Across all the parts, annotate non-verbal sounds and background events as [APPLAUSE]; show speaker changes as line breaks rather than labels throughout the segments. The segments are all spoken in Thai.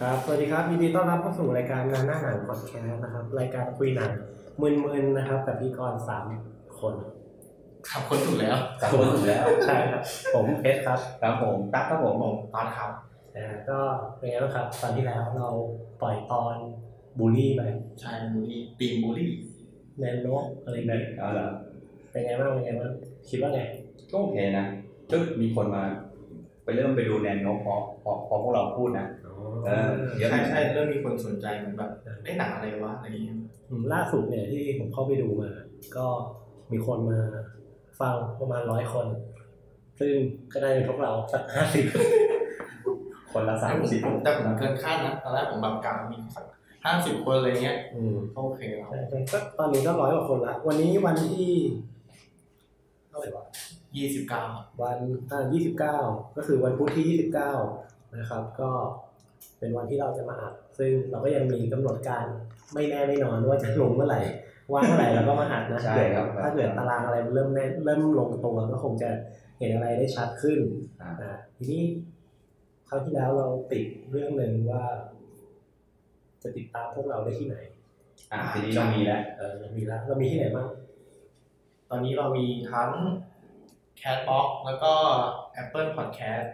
ครับ สวัสดีครับยินดีต้อนรับเข้าสู่รายการงานหน้าหนังพอดแคสต์นะครับ รายการคุยหนังมึนๆนะครับกับพธี่กรสามคน
ขับคนถูกแล้ว
กลับมาถึงแล้ว
ใช่ครับ ผมเพชรครับ
ครับผมตั๊กครับผมผม
ตอนครับ
นะฮะก็เป็นไงบ้างครับ ตอนที่แล้วเราปล่อยตอนบูลลี่ไป
ใช่บูลลี่ตีมบูลลี่
แนนโนกอะไรอย่างเงี้ย
เอาละ
เป็นไงบ้างเป็นไงบ้างคิดว่าไง
ก็โอเคนะก็มีคนมา ไปเริ่มไปดูแนนโนพอพอพอพวกเราพูดนะเออเยอะ
ใช่ใช่เริ่มมีคนสนใจเหมือนแบบได้หนังอะไรวะอะไรอย่างเงี้ย
อืมล่าสุดเนี่ยที่ผมเข้าไปดูมา ก็มีคนมาฟังประมาณร้อยคน ซึ่งก็ได้เป็นพวกเราสักห้าสิบ [LAUGHS]
คนละสามสิบ
แต่ผมเกินคาดนะตอนแรกผมแบบกะมีสักห้าสิบคนอะไรเงี้ยก็โอเคแล้ว
ใช่ใช่ก็ตอนนี้ก็ร้อยกว่าคนละ วันนี้วันที่เท่าไหร่วะ
ยี่สิบเก้า
วันอ่ายี่สิบเก้า29 ก็คือวันพุธที่ยี่สิบเก้านะครับ ก็เป็นวันที่เราจะมาอัด ซึ่งเราก็ยังมีกำหนดการไม่แน่ไม่นอนว่าจะลงเมื่อไหร่ ว่างเมื่อไหร่เราก็มาอัดนะ
ใช่ครับ
ถ้าเกิดตารางอะไรเริ่มแน่นเริ่มลงตัวก็คงจะเห็นอะไรได้ชัดขึ้น
อ่า
อ่าทีนี้คราวที่แล้วเราติดเรื่องหนึ่งว่า จะติดตามพวกเราได้ที่ไหน
อ่ะทีนี้ก็มีแล้ว
เออเรามีแล้วเรามีที่ไหนบ้าง
ตอนนี้เรามีทั้ง Catbox แล้วก็ Apple Podcast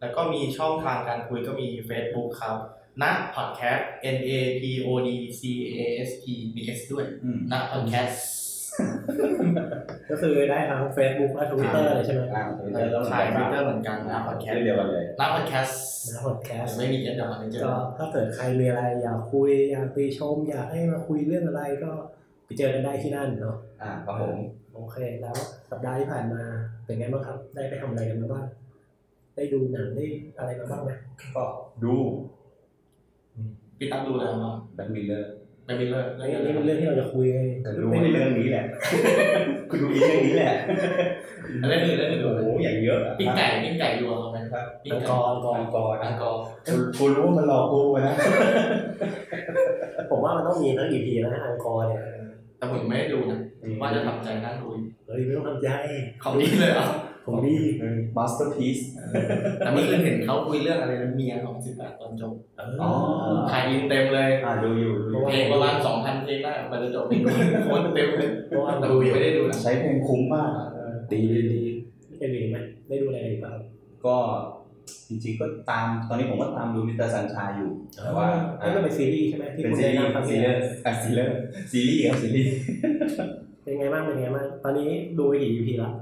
แล้วก็มีช่องทางการคุยก็มี Facebook ครับนะ Podcast N A P O D C A S T B S ด้วย
อืม
นะ Podcast
ก็คือได้ทั้ง Facebook และ Twitter เลยใช่ไหม
ล่างทวิตเตอร์
เรา
ต้อง
ใช้ Twitter เหมือนกันนะ
แค่
Podcast
เดียวกันเลย
นะ Podcast
นะพอดแคสต์
ไม่มีเอ็นดับอะไรเจอ
ก็ถ้าเกิดใครมีอะไรอยากคุยอยากตีชม อยากให้มาคุยเรื่องอะไรก็ไปเจอกันได้ที่นั่นเนาะ
อ่าครับผม
โอเคแล้วสัปดาห์ที่ผ่านมาเป็นไงบ้างครับ ได้ไปทำอะไรกันมาบ้างได้ดูหนังได้อะไรมาบ้างไหม
ก็ดู
พี่ตั้งดูแล้วมั้ง
แบล็คมิลเลอร์
ไม่มีเลิก
อันนี้เป็นเรื่องที่เราจะคุยกัน
แต่ดูในเรื่องนี้แหละ คุณดูอีเรื่องนี้แหละ
เล่นหนึ่งเล่นหนึ่งดู
โอ้โหอย่างเยอะอะ
ปิ้งไก่ปิ้งไก่รัวเขาไหม
ครับ
ปิ้ง
อัง
ไก่
กอร์กอ
มั
ร์
งกร
อั
นะ
งกอร์
คุณคุณรู้ว่ามันหลอกกูนะ
ผมว่ามันต้องมีทั้งอีพีแล้วนะอังกอร์เนี่ย
แต่ผมไม่ได้ดูนะว่าจะทำใจนั่งดู
เฮ้ยไม่ต้องทำใจ
เขาดีเลยเหรอ
ผมดี
มาสเตอร์พีซ
แต่เมื่อคืนเห็นเขาคุยเรื่องอะไรนะเมียของสิบแปดตอนจบ
เอ
อ๋อ
อ
ขายอินเต็มเลย
อ่าดูอยู่ดูอยู่
เพลงประมาณสองพันเพลงได้ไปจะจบเพลงโคตรเต็มเลย
เพราะว่า
แต่
เรา
ผมยังไม่ได้ดูนะ
ใช้เพลงคุ้มมาก ดีดีดี
ได้ดูไหมได้ดูอะไรอีกบ้าง
ก็จริงๆก็ตามตอนนี้ผมก็ตามดูมิสเตอร์ซันชายอยู่ แต่ว่า
ไม่ไม่เป็นซีรีส์ใช่ไหมที่
เป็
คุ
น
ณ
ซี
ได้
รี
นั่ง
ส์
ทำ
ซี
เนี่ [LAUGHS]
รี
ย
ส์อ่ะซีรีส์ซีรีส์ครับซีรีส์
เป็นไงบ้างเป็นไงบ้างตอนนี้ดูไปกี่อีพีแล้ว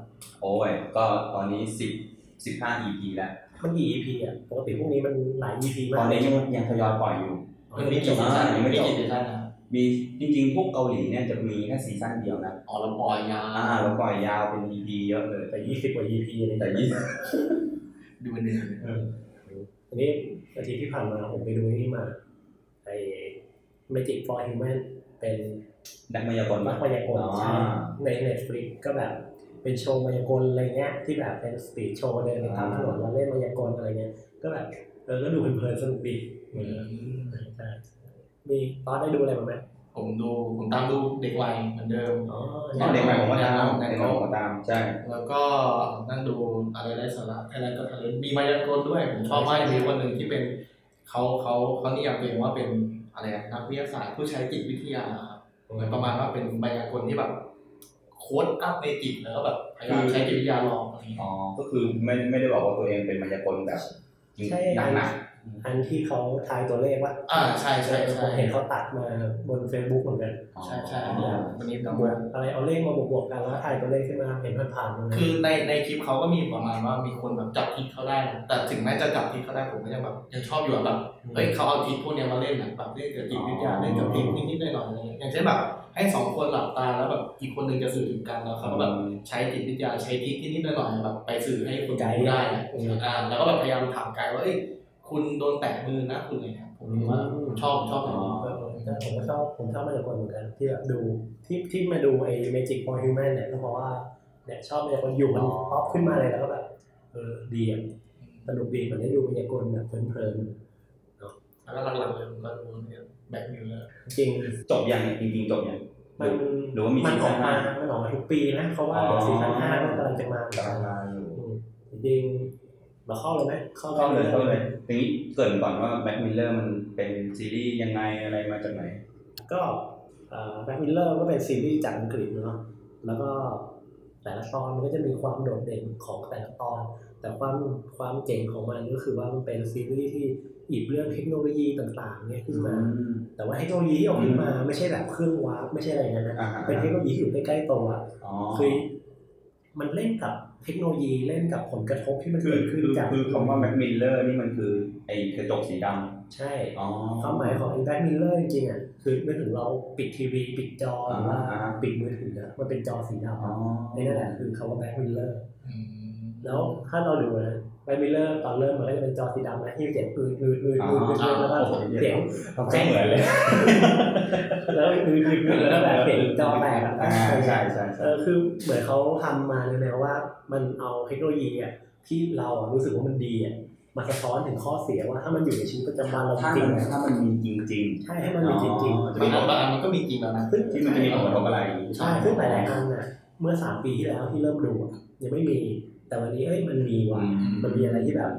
โอ้ยก็ตอนนี้สิบสิบห้า EP แล้ว
มันกี่อีพีอ่ะปกติพวกนี้มันหลายอีพีมา
ต
ก
อนนี้ยังยังทยอยปล่อยอยู่
มันมีกี่ซีซั่นมันมีกี่ซีซั่นนะ
มีจริงๆ พวกเกาหลีเนี่ยจะมีแค่ซีซั่นเดียวนะ
อ๋อแล้วปล่อยยา
อ่าแล้วปล่อยยาวเป็น EP เยอะเลย
แต่ยี่สิบกว่าอีพีเลย [LAUGHS]
แต่ยี่
ดูเหนื่อย
อันนี้อาทิตย์ที่ผ่านมาผมไปดูนี่มาไอ้ Magic for Human เป็น
นักมายากล
นั
ปะ
กมายากล
อ๋อ
ใช่ใน Netflix ก็แบบเป็นโชว์มายากลอะไรเงี้ยที่แบบเป็นสตรีทโชว์เดินไปตามถนนแล้วเล่นมายากลอะไรเงี้ยก็แบบเออก็ดูเพลินๆสนุกดีใช่มีตอนได้ดูอะไรบ้างไหม
ผมดูผมตามดูเด็กวัยเหมือนเดิม
อ๋อ
อ๋อเด็กใหม่ผมก็ตามเด็กใหม่ผมก็ตามใช่
แล้วก็นั่งดูอะไรได้สาระอะไรก็ทะเลมีมายากลด้วย ผมชอบมากมีคนหนึ่งที่เป็นเขาเขาเขานิยามตัวเองว่าเป็นอะไรอะนักวิทยาศาสตร์ผู้ใช้จิตวิทยาครับเหมือนประมาณว่าเป็นมายากลที่แบบโค้ดอัพในจิตแล้วก็แบบพยายามใช้จิตวิทยาลองอะไรอย่างเงี้ย
อ๋อ ก็คือไม่ไม่ได้บอกว่าตัวเองเป็นมายากลแบบจริง
ใช่
ห
อั
นัก
น
หนัก
อันที่เขาทายตัวเลขว่า
อ่าใช่ใช่
ผ
ใช่
มเห็นเขาตัดมาบน Facebook เหมือนกัน
ใช่ใช่
อ๋อ
วันนี้
บ
ดัง
ว
มาก ก
อะไรเอาเลขมาบวกๆกันแล้วทายตัวเลขขึ้นมาเห็นผ่านๆมาเลย
คือในในคลิปเขาก็มีประมาณว่ามีคนแบบจับทิศเขาได้นะแต่ถึงแม้จะจับทิศเขาได้ผมก็ยังแบบยังชอบอยู่อะแบบ เฮ้ยเขาเอาทิศพวกเนี้ยมาเล่นนะแบบเล่นกับจิตวิทยาเล่นกับทิศนิดๆหน่อยๆอะไรเงี้ยอย่างเช่นแบบให้สองคนหลับตาแล้วแบบอีกคนหนึ่งจะสื่อถึงกันแล้วเขาก็แบบใช้จิตวิทยาใช้ทิศนิดๆหน่อยๆแบบไปสื่อให้คนดูได้อะอ่าแล้วก็แบบพยายามถามไกายว่าเอ้ยคุณโดนแตะมือนะคุณอะไรเงี้ยผมคิดว่าผมชอบชอบแบบนี้
เออแต่ผมก็ชอบผมชอบมายากลเหมือนกันที่แบบดูที่ที่มาดูไอ้ Magic for Human เนี่ยก็เพราะว่าเนี่ยชอบมายากลอยู่มันป๊อปขึ้นมาเลยแล้วก็แบบเออดีอ่ะสนุกดีเหมือนได้ดูมายากลแบบเพลิน
แล้วก็หลังๆเลยผมก็รู้เนี่ย
ๆ
แบ็คมิลเลอร์
จริง
จบยังเนี่ยจริงๆจบยัง
มัน
หรือว่ามี
นออกมา
season
มันออกมาทุกปีนะเขาว่า
อ๋อ
ซีซั่นห้ามันกำลังจะมาเหมือน
กำ
กั
ลั
น
งมาอยู่
อืมจริงเราเข้าเลยไหมเข้า
เข้าเลยเข้าเลยทีนี้เกรินก่อนว่าแบ็คมิลเลอร์มันเป็นซีรีส์ยังไงอะไรมาจากไหน
ก็แบ็คมิลเลอร์ก็เป็นซีรีส์จากอังกฤษเนาะแล้วก็แต่ละตอนมันก็จะมีความโดดเด่นของแต่ละตอน แต่ความความเจ๋งของมันก็คือว่ามันเป็นซีรีส์ที่หยิบเรื่องเทคโนโลยีต่างๆเนี่ยขึ้นมา แต่ว่าเทคโนโลยีที่ออกมาไม่ใช่แบบเครื่องวาร์ปไม่ใช่อะไรอย่างนั้นนะ
อ่าฮะ
เป็นเทคโนโลยีที่อยู่ใกล้ๆตัวอะ
อ๋อ
คือมันเล่นกับเทคโนโลยีเล่นกับผลกระทบที่มัน
คือ
เกิด
คื
ขึ้น
อ
จาก
คือคำว่าแบ็คมิลเลอร์นี่มันคือไอ้กระจกสีด
ใช่
ำอ๋อ
ความหมายของไอ้แบ็คมิลเลอร์จริงๆอ่ะคือไม่ถึงเราปิดทีวีปิดจอหรือว่า
อ่าฮะ
ปิดมือถืออะมันเป็นจอสี
อ๋อ
ดำไอ้นั่นแหละคือคำว่าแบ็คมิลเลอร์
อืม
แล้วถ้าเราดูนะแบ็คมิลเลอร์ตอนเริ่มมันก็จะเป็นจอสีดำนะที่เสียงอืดอืดอืดอืดอืดแล้วก็เสียง
แจ้งเหมือนเลย
แล้วอืดอืดอืดแล้วก็แบบเสียงจอแตกอะ
อ่าใช่ใช่
เอ
ใช่
อคือเหมือนเขาทำมาเลยนะว่ามันเอาเทคโนโลยีอ่ะที่เราอะรู้สึกว่ามันดีอ่ะมาสะท้อนถึงข้อเสียว่าถ้ามันอยู่ในชีวิตประจำวันเราจ
ถ้า
ริง
มัน
ๆอะ
ถ้ามันมีจริง
ใช่ให้มันมีจริง
อ๋อ
บางอันบางอันมันก็มีจริงแล้วนะ
ๆซึ่ง
ๆ ที่มันจะมีผลกระทบอะไร
ใช่ซึ่งหลายๆอันน่ะเมื่อสามปีที่แล้วที่เริ่มดูอะยังไม่มี แต่วันนี้เอ้ยมันมีว่ะ
อืม
มันมีอะไรที่แบบ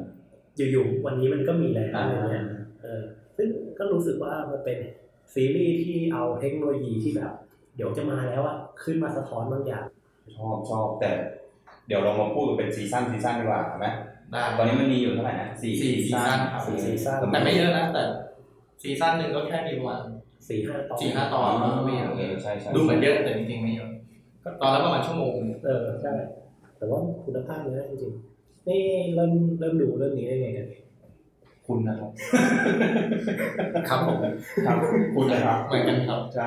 อยู่ๆวันนี้มันก็มีแล้ว
อ่า
อะไรเงี้ยเออซึ่งก็รู้สึกว่ามันเป็นซีรีส์ที่เอาเทคโนโลยีที่แบบ เดี๋ยวจะมาแล้วอ่ะขึ้นมาสะท้อนบางอย่าง
ชอบชอบแต่ เดี๋ยวเรามาพูดกันเป็นซีซั่นซีซั่นดีกว่าไหม
ได้
ตอนนี้มันมีอยู่เท่าไหร่นะสี่
สี่ซีซั่นครับ
สี่ซีซั่น
แต่ไม่เยอะนะแต่ซีซั่นหนึ่งก็แค่มีประมาณ
สี่ห้าตอน
สี่ห้าต
อ๋
อ
อน
มันก็ไม่เยอะ
โอเคใช่ใช่
ดูเหมือนเยอะแต่จริงๆไม่เยอะก็ตอนละประมาณชั่วโมงหนึ่ง
เออใช่แต่ว่าคุณภาพเลยนะจริงๆนี่เริ่มเริ่มดูเรื่องนี้ได้ไงกันเนี่ย
คุณนะครับ
ครับผม
ครับคุณนะครับ
เหมือนกันครับ
ใช่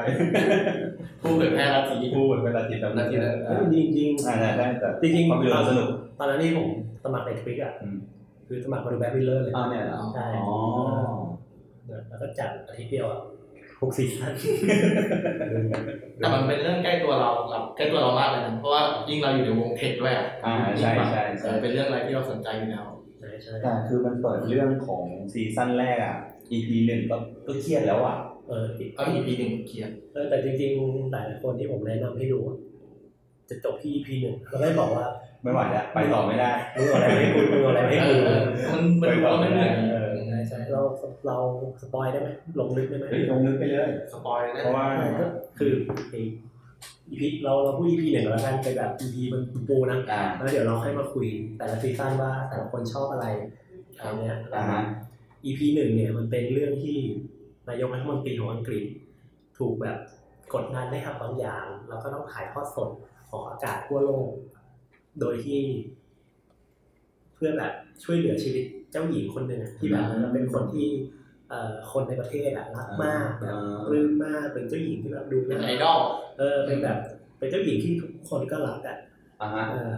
ผู้เผยแพร่รัฐสี
พูดเวลาติดตาม
รัฐสีนั้น
เฮ้ยจริงจริง
อ่าได้แต่
ๆจริงจริง
ค
ๆ
วามเร็วสนุก
ตอนนั้นที่ผมสมัครในทวิกอ่ะ
อืม
คือสมัครมาดูแบทวิลเลอร์เลย
อ่าเนี่ยเหรอ
ใช่
อ๋อ
แล้วก็จัดอาทิตย์เดียวอ่ะหกสี่ชั้น
แต่มันเป็นเรื่องใกล้ตัวเราเราใกล้ตัวเรามากเลยนะเพราะว่ายิ่งเราอยู่ในวงเทคด้วยอะ
อ่าใช่ใช่ใช่
เออเป็นเรื่องอะไรที่เราสนใจอยู่แล้ว
ใช่ใช่
แต่คือมันเปิดเรื่องของซีซั่นแรกอ่ะ EP หนึ่งก็ก็เครียดแล้วอ่ะ
เอออีก
เอา EP หนึ่งเคลียร์
เออแต่จริงๆหลายๆคนที่ผมแนะนำให้ดูอะจะจบที่ EP หนึ่งแล้วก็บอกว่า
ไม่ไหวแล้วไปต่อไม่ได้
มึงเอาอะไรมาให้กูมึงเอาอะไรมาให้
เอ
กู
อมันมันดูแล้วมันเหนื่อย
เออ
ใช่ใช่เราเราสปอยได้ไหมลงลึกได้ไหม
เฮ้ยลงลึกไปเลย
สปอยล์ได้
เพราะว่า
ก็คืออีพีเราเราพูดอีพีหนึ่งแล้วกันไปแบบอีพีมันปูนะ
อ่า
แล้วเดี๋ยวเราค่อยมาคุยแต่ละซีซั่นว่าแต่ละคนชอบอะไรอะไรเนี่ย
อ่าฮะ
อีพีหนึ่งเนี่ยมันเป็นเรื่องที่นายกรัฐมนตรีของอังกฤษ ถูกแบบกดดันให้ทำบางอย่าง แล้วก็ต้องถ่ายทอดสดของอากาศทั่วโลก โดยที่ เพื่อแบบช่วยเหลือชีวิตเจ้าหญิงคนหนึ่งอะที่แบบเป็นคนที่เอ่อคนในประเทศอะรักมากแบบปลื้มมากเป็นเจ้าหญิงที่แบบดู
เป็น
น่า
ไอ
รัก
ดอล
เออเป็นแบบเป็นเจ้าหญิงที่ทุกคนก็รักอ่ะ
อ่าฮะ
เออ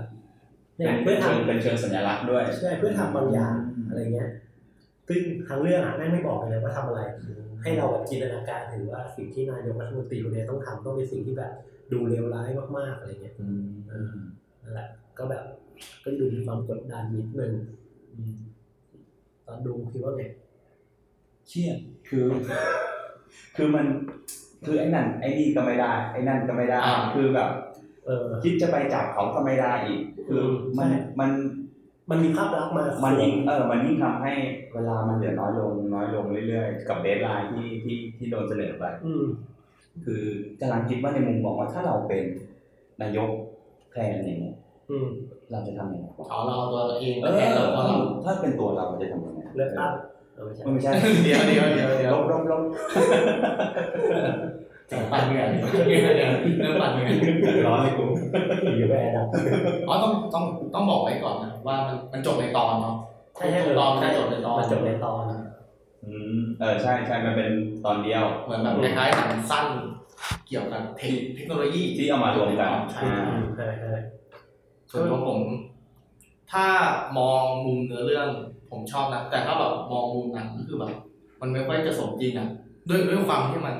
เป็
เนี่ย
น
เพื่อท
เชิงเป็นเชิงสัญลักษณ์ด้วย
ำใช่เพื่อทำบางอย่างอะไรเงี้ยซึ่งทางเรื่องอ่ะแม่งไม่บอกเลยนะว่าทำอะไร ให้เราแบบจินตนาการถึงว่าสิ่งที่นายกรัฐมนตรีคนเนี้ยต้องทำต้องเป็นสิ่งที่แบบดูเลวร้ายมากๆอะไรเงี้ย
อืมอืม
นั่นแหละก็แบบก็ดูมีความกดดันนิดนึงอืมตอนดูคิดว่าไง
เครียดคือ [LAUGHS] คือมัน คือไอ้นั่นไอ้นี่ก็ไม่ได้ ไอ้นั่นก็ไม่ได้
อ่า
คือแบบ
เออ
คิดจะไปจับเขาก็ไม่ได้อีก คือมัน
ใช่
มัน
มันมีภาพลักษณ์มา
มั
มัน
ยิ่งเออ มันยิ่งทำให้เวลามันเหลือน้อยลง น้อยลงเรื่อยๆ กับเดทไลน์ที่ที่ที่โดนเสนอไป
อืม
คือกำลังคิดว่าในมุมมองว่าถ้าเราเป็นนายกแทนอย่างเงี้ย
อืม
เราจะทำยังไง
เอาเราเอาตัวเราเอง
เอ
แทนเรา
อ
ตัวเรา
ถ้าเป็นตัวเราจะทำยังไง
เลือกตั้งเออไม่ใช่
มันไม่ใช่
เดี๋ยวเดี๋ยวเดี๋ยวเดี๋ยว
ลบลบลบ
แต่ปั่นเหนื่อยเดี๋ยวเดี๋ยวเริ่มปั่นเหนื่อย
ร้อนเลยกู
อยู่แบบดับ
อ๋อต้องต้องต้องบอกไว้ก่อนนะว่ามันมันจบในตอนเนาะ
ใช่ใช่
ทุกตอนมันได้จบในตอน
มันจบในตอน
อืมเออใช่ใช่มันเป็นตอนเดียว
เหมือนแบบคล้ายๆหนังสั้นเกี่ยวกับเทคเทคโนโลยี
ที่เอามารวมกัน
ใช่
อ่า
ใช่ใช่
ส่วนของผม ถ้ามองมุมเนื้อเรื่องผมชอบนะแต่ถ้าแบบมองมุมหนังก็คือแบบมันไม่ค่อยจะสมจริงอ่ะด้วยด้วยความที่มัน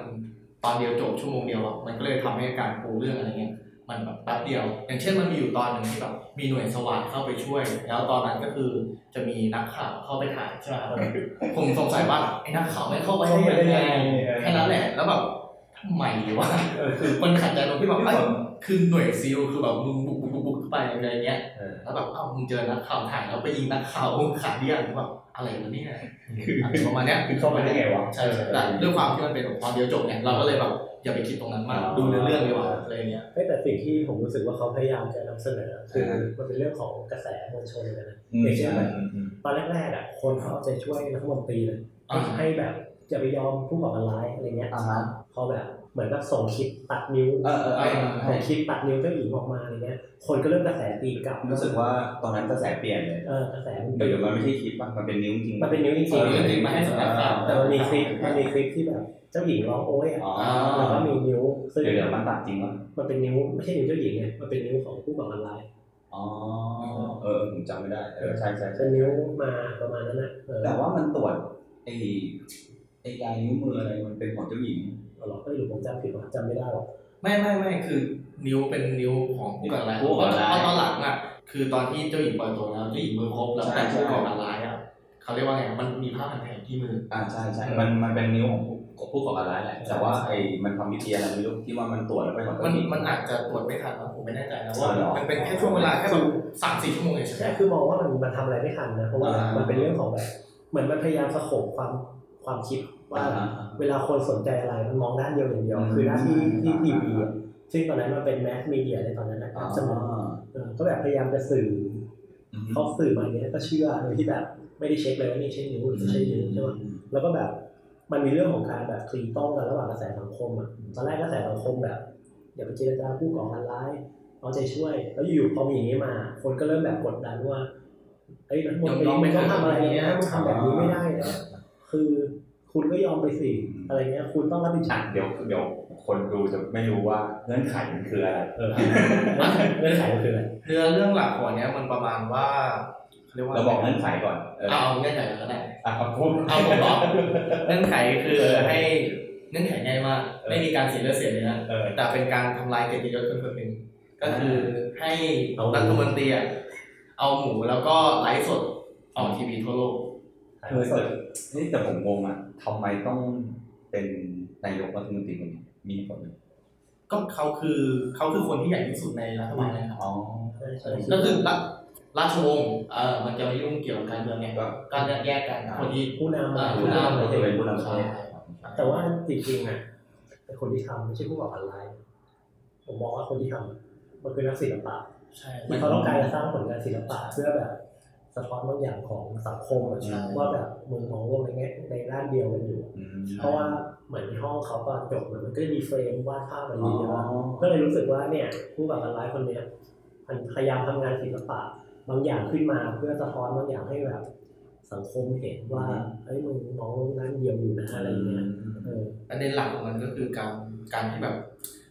ตอนเดียวจบชั่วโมงเดียวอ่ะมันก็เลยทำให้การปูเรื่องอะไรเงี้ย มันแบบแป๊บเดียว อย่างเช่นมันมีอยู่ตอนหนึ่งที่แบบมีหน่วยสวาทเข้าไปช่วย แล้วตอนนั้นก็คือจะมีนักข่าวเข้าไปถ่ายใช่ไหมครับผมสงสัยว่าไอ้นักข่าวไม่เข้าไปได้ยังไงแค่นั้นแหละแล้วแบบทำไมวะ
เออคือ
มันขัดใจตรงที่แบบเอ้ยคือหน่วยซิลคือแบบมึงบุกบุกบุกบุกเข้าไปอะไรเงี้ย
เออ
แล้วแบบเอ้ามึงเจอนักข่าวถ่ายแล้วไปยิงนักข่าวขาเดียวหรือแบบอะไรวะเนี่ยอะไรประมาณเนี้ย
คือเข้าไปได้ไงวะ
ใช่แต่ด้วยความที่มันเป็นแบบความเดียวจบเนี่ยเราก็เลยแบบอย่าไปคิดตรงนั้นมาก ดูเนื้อเรื่องดีกว่าอะไรเงี้ย
เอ้ยแต่สิ่งที่ผมรู้สึกว่าเขาพยายามจะนำเสนอ คือ
ครับ
มันเป็นเรื่องของกระแสมวลชนเหมือนกันนะ
อืม
อย่างเช่นแบบ
อืมอืม
ตอนแรกๆอ่ะคนเขาเอาใจช่วยรัฐมนตรีเลย
อ่า
ให้แบบจะไปยอมผู้ก่อการร้ายอะไรเงี้ย
อ่าฮะ
พอแบบเหมือนกับส่งคลิปตัดนิ้ว
เออเออเออ
ส่
ใช่
งคลิปตัดนิ้วเจ้าหญิงออกมาอะไรเงี้ยคนก็เริ่มกระแสตีกลับ
รู้สึกว่าตอนนั้นกระแสเปลี่ยนเลย
เออกระแสมัน
เดี๋ยวเดี๋ยวมันไม่ใช่คลิปป่ะมันเป็นนิ้วจริง
มันเป็นนิ้วจริง
เออจริงมาให้สำหรับเรา
ๆแต่มันมีคลิปมันมีคลิปที่แบบเจ้าหญิงร้องโอ๊ยอะ
อ๋อ
แล้วก็มีนิ้วซึ่ง
เดี๋ยวเดี๋ยวมันตัดจริงป่ะ
มันเป็นนิ้วไม่ใช่นิ้วเจ้าหญิงไงมันเป็นนิ้วของผู้ก่อการร้าย
อ๋อเออผมจำไม่ได้เออใช่ใช่ใช่
เป็นนิ้วมาประมาณนั้นนะเออ
แต่ว่ามันตรวจไอ้ไอ้ลายนิ้วมืออะไรมันเป็นของเจ้าหญิง
เอาหรอเอ้ยหรือผมจำผิดวะจำไม่ได้หรอก
ไม่ไม่ไม่คือนิ้วเป็นนิ้วของผู้ก่อการร้าย
ผู้ก่อการร้าย
เพราะตอนหลังอ่ะคือตอนที่เจ้าหญิงปล่อยตัวแล้วเจ้าหญิงมือครบแล้ว
ใช่
แต่
ใช่
ผู้ก่อการร้ายอ่ะเขาเรียกว่าไงมันมีผ้าพันแผลที่มือ
อ่าใช่ใช่มันมันเป็นนิ้วของผู้ของผู้ก่อการร้ายแหละแต่ว่าไอ้มันทำวิธีอะไรไม่รู้ที่ว่ามันตรวจแล้วเป็นของ
มั
เจ้าน หญิง
มันอาจจะตรวจไม่ทันนะผมไม่แน่ใจนะว่า
อ๋อเหรอ
มันเป็นแค่ช่วงเวลาแค่แบบสามสี่ชั่วโมงเองใช่ไห
ใช่
ม
คือมองว่ามันมันทำอะไรไม่ทันนะเพราะว่า
อ่ามั
มันเป็นเรื่องของแบบเหมือนมันพยายามสะโขบความความคิดว่า
อ่าฮะ
เวลาคนสนใจอะไรมันมองด้านเดียวอย่างเดียว
อืม
คือหน้าที่ที่ทีวี
อ่า
ซึ่งตอนนั้นมันเป็นแมสมีเดียในตอนนั้นนะค
อ๋
รั
อบ
สมัยเออก็แบบพยายามจะสื่อ
อืม
เขาสื่อมาอย่างเนี้ยก็เชื่อโดยที่แบบไม่ได้เช็คเลยว่านี่ใช่นิ้วหรือไม่ใช่นิ้วใช่ปะ แล้วก็แบบมันมีเรื่องของการแบบตีโต้องกันระหว่างกระแสสังคมอ่ะตอนแรกกระแสสังคมแบบอย่าไปเจรจาผู้ก่อการร้ายเอาใจช่วย แล้วอยู่ๆพอมีอย่างนี้มา คนก็เริ่มแบบกดดันว่าเอ้ยรัฐมนตรี
ยอมๆไม่
ไม่
ได้
ต้องทำอะไรเนี้ยมันทำแบบนี้ไม่ได้นะคือคุณก็ยอมไปสิอะไรเงี้ย คุณต้องรับผิดช
อ่ะ
อบ
เดี๋ยวเดี๋ยวคนดูจะไม่รู้ว่าเงื่อนไขมันคืออะไร
เออเงื่อนไขมันคืออะไร
เนื้อเรื่องหลักของเนี้ยมันประมาณว่าเขาเรียกว่า
เราบอกเงื่อนไขก่อนเออ
เอาเงื่อนไขแล้วก็ได้
อ่ะครับผม
เอาผมเหรอเงื่อนไขคือให้เงื่อนไขง่ายมากไม่มีการเสียเลือดเสียเนื้อ
เออ
แต่เป็นการทำลายเกียรติยศคนคนหนึ่งก็คือให้รัฐมนตรีอะเอาหมูแล้วก็ไลฟ์สดออกทีวีทั่วโลก
ถ่าย
เอ
ทอ
อ
ดสด
นี่แต่ผมงงอ่ะทำไมต้องเป็นนายกรัฐมนตรีคนนี้มีผลไหม
ก็เขาคือเขาคือคนที่ใหญ่ที่สุดในรัฐบาลเลยครับ
อ๋อ
ใช่ใช่
ก็คือรัฐราชวงศ์เออมันจะไม่ยุ่งเกี่ยวกับการเมืองไงการแยกกันคนที่
ผู้นำ
อ่า
ผู้นำเป็นผู้นำประเทศ
แต่ว่าจริงๆอ่ะไอ้คนที่ทำไม่ใช่ผู้ก่อการร้ายผมมองว่าคนที่ทำมันคือนักศิลปะ
ใช่
มันเขาต้องการจะสร้างผลงานศิลปะเพื่อแบบสะท้อนบางอย่างของสังคมอะ
ใช่
ว่าแบบมึงมองโลกในแง่ในด้านเดียวกันอยู่
อืม
เพราะว่าเหมือนในห้องเขาตอนจบเนี่ยมันก็จะมีเฟรมวาดภาพอะไร
อ๋อ
เยอะก็เลยรู้สึกว่าเนี่ยผู้ก่อการร้ายคนเนี้ยมันพยายามทำงานศิลปะบางอย่างขึ้นมาเพื่อสะท้อนบางอย่างให้แบบ สังคมเห็นว่าเฮ้ยมึงมองโลกด้านเดียวอยู่นะอะไรอย่างเงี้ยเออ
ประเด็นหลักของมันก็คือการการที่แบบ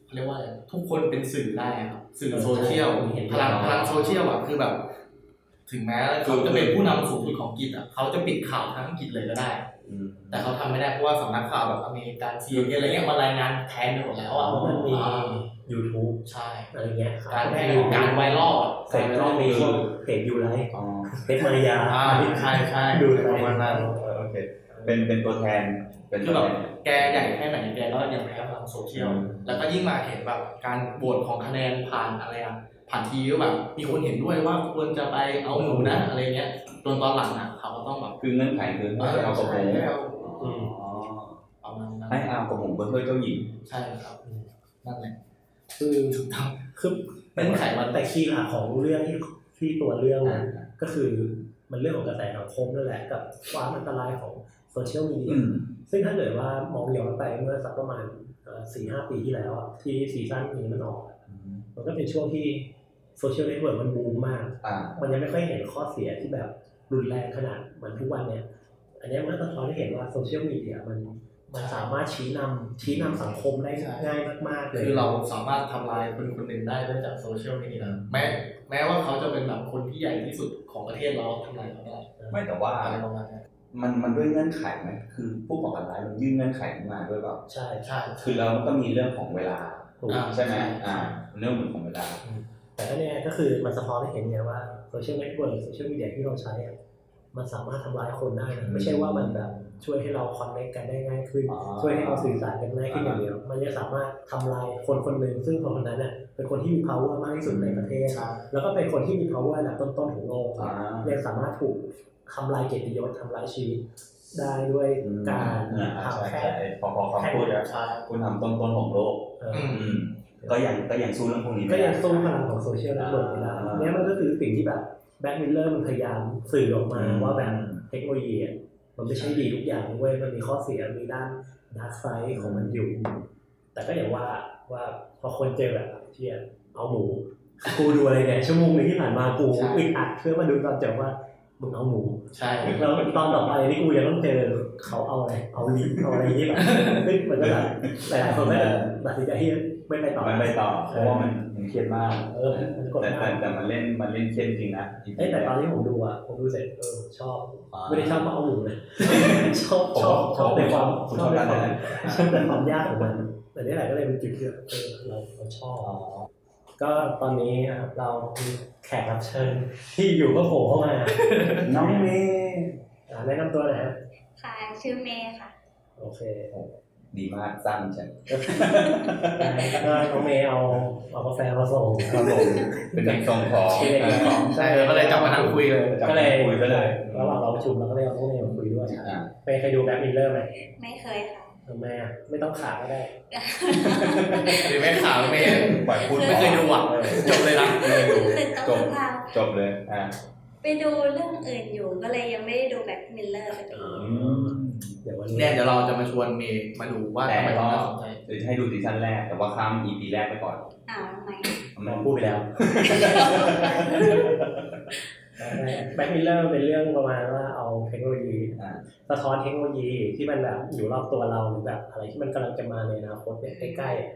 เขาเรียกว่าอะไรทุกคนเป็นสื่อได้อะครับสื่อโซเชียลพลังพลังโซเชียลอะคือแบบ ถึงแม้เขาจะเป็นผู้นำสูงสุดของอังกิจอะเขาจะปิดข่าวทั้งอังกิจเลยก็ได้
อืม
แต่เขาทำไม่ได้เพราะว่าสำนักข่าวแบบอเมริกันซีเรียอะไรเงี้ยมารายงานแทนไปหมดแล้วอะ
เพราะมันมี
อ่า
YouTube
ใช่
อะไรเงี้ยครับ
การแพร่การไวรัลอะ
เสร็จก็มีเพจยูไลท์
อ๋อ
เพจมารยา
อ่าใช่ใช่
ดูด
ป
ไประ
มาณนั้น
เออโอเค เป็นเป็นตัวแทน เป็น
คือ
ตัว
แบบ
ทน
แกใหญ่แค่ไหนแกก็ยังแพ้พลังโซเชียล แล้วก็ยิ่งมาเห็นแบบการโหวตของคะแนนผ่านอะไรอะผ่านทีวีว่าแบบมีคนเห็นด้วยว่าควรจะไปเอาหนูนะอะไรเงี้ยจนตอนหลังอะเขาก็ต้องแบบ
คือเงื่อนไขคือไม่ให้เอากระผม
ใช่เอา
อืม
อ๋อ
เอามานั้น
ให้เอากระผมเพื่อช่วยเจ้าหญิง
ใช่ครับนั่นแหละ
คือ
ถูกต้อง
คือ
เงื่อนไขมัน
แต่คีย์หลักของเรื่องที่ที่ตัวเรื่อง
อ่า
ก็คือมันเรื่องของกระแสสังคมนั่นแหละกับความอันตรายของโซเชียลมีเดี
อื
ย
ม
ซึ่งถ้าเกิดว่ามองย้อนไปเมื่อสักประมาณสี่ห้าปีที่แล้วอะที่ซีซั่นนี้มันออกอะมันก็เป็นช่วงที่โซเชียลเน็ตเวิร์กมันบูมมาก
อ่า
มันยังไม่ค่อยเห็นข้อเสียที่แบบรุนแรงขนาดเหมือนทุกวันเนี่ย อันเนี้ยมันก็สะท้อนให้เห็นว่าโซเชียลมีเดียมันมันสามารถชี้นำชี้นำสังคมได้ง่ายมากๆเลย
คือเราสามารถทำลายคนคนหนึ่งได้ด้วยจากโซเชียลมีเดียแม้แม้ว่าเขาจะเป็นแบบคนที่ใหญ่ที่สุดของประเทศเราทำลายเขาได้
ไม่แต่ว่า
อะไรประมาณนั้น
มันมันด้วยเงื่อนไขไหมคือผู้ก่อการร้ายมันยื่นเงื่อนไขขึ้นมาด้วยเปล่า
ใช่
ใช่
คือแล้วมันก็มีเรื่องของเวลา
ถูก
อ่า
ใช่ไหมอ่า เรื่องหมุนของเวลา
แต่ก็เนี่ยก็คือมันสะท้อนให้เห็นไงว่าโซเชียลเน็ตเวิร์กโซเชียลมีเดียที่เราใช้อะมันสามารถทำลายคนได้นะไม่ใช่ว่ามันแบบช่วยให้เราคอนเนคกันได้ง่ายขึ้น
อ๋อ
ช่วยให้เราสื่อสารกันง่ายขึ้นอย่างเดียวมันจะสามารถทำลายคนคนหนึ่งซึ่งคนคนนั้นน่ะเป็นคนที่มี power มากที่สุดในประเทศ
ครับ
แล้วก็เป็นคนที่มี power อันดับต้นๆของโลก
อ่า
เนี่ยสามารถถูกทำลายเกียรติยศทำลายชีวิตได้ด้วยการ
อ่า
ข่าว
ใช่
แค่
ใช่พอพอคำพูดอะ
ใช่
คุณทำต้นต้นของโลก
เออ
อืม
อืม ก็ยังก็ยังสู้เรื่องพวกนี้
ก็
ไม่
ยัง
ได้
สู้พลังของโซเชียลเน็ตเวิร์กไม่ได้
อ่า
เนี่ยมันก็คือสิ่งที่แบบแบ็คมิลเลอร์มันพยายามสื่อออกมาว่าแบบเทคโนโลยีอะมันไม่ใช่ดีทุกอย่างเว้ย มันมีข้อเสีย มีด้านดาร์กไซด์ของมันอยู่ แต่ก็อย่างว่าว่าพอคนเจอแบบเทียเอาหมู กูดูอะไรเนี่ยชั่วโมงหนึงที่ผ่านมากู
ใช่
อึดอัดเพื่อมาดูตอนจบว่ามึงเอาหมู
ใช่
แล้วตอนต่อไปที่กูยังต้องเจอเขาเอาอะไร เอาลิ้นเอาอะไรอย่างเงี้ยแบบซึ่งมันก็แบบหลายๆคนก็แบบตัดสินใจที่ไม่ไปต่อ
มันไปต่อ เพราะว่ามันมันเครียดมาก
เออมันกด
แต่
ดั
แต่
น
แต่มันเล่นมันเล่นเครียดจริงนะ
เอ้ยแต่ตอนที่ผมดูอ่ะผมดูเสร็จเออชอบไม่ได้ชอบมาเอาหมู [LAUGHS] เลย ชอบชอบชอบในความ
คุณ
ช
ช
อ
อ
บบ ในความ
ด้านนั้น
ชอบในความยากของมันแต่นี่แหละก็เลยเป็นจุดที่แบบเออเราเราชอบก็ตอนนี้นะครับเรามีแขกรับเชิญที่อยู่ก็โผล่เข้ามา
น้องเมย์
อ่าแนะนำตัวหน่อยฮะ
ค่ะ ชื่อเมย์ค่ะ
โอเค
ดีมากสั้นจัง
ก็น้องเมย์เอาเอากาแฟมาส่ง
ครับผมเป็นเด็กทรงของ
ที่เด็ก
เออของ
ใช่แล้วก็เลยจับมานั่งคุยเลย
จับ
ก็เลย
คุยก็เลย
ระหว่างเราประชุมเราก็เลยเอาพวกนี้มาคุยด้วย
อ่า
เมย์เคยดูแบ็คมิลเลอร์ไหม
ไม่เคยค่ะ
ทำไมอ่ะไม่ต้องขาก็ได้
หรือแม่ขาวแม่
ปล่อยพูด
ไม่เคยดูอ่ะจบเลยนะ
ไม่เคยดู
คือต้
จ
อง
บ
พา
จบเลยอ่า
ไปดูเรื่องอื่นอยู่ ก็เลยยังไม่ได้ดูแบ็คมิลเลอร์สักที
อืม
เดี๋ยววันนี้
เนี่ยเดี๋ยวเราจะมาชวนเมย์มาดูว่าทำไมถึงน่าสนใจ
เดี๋ยวจะให้ดูซีซั่นแรกแต่ว่าข้าม EP แรกไปก่อน
อ้าวทำไม
น้องพูดไปแล้วแบ็คมิลเลอร์เป็นเรื่องประมาณว่าเอาเทคโนโลยี
อ่า
สะท้อนเทคโนโลยีที่มันแบบอยู่รอบตัวเราหรือแบบอะไรที่มันกำลังจะมาในอนาคตเนี่ยใกล้ๆอ่ะ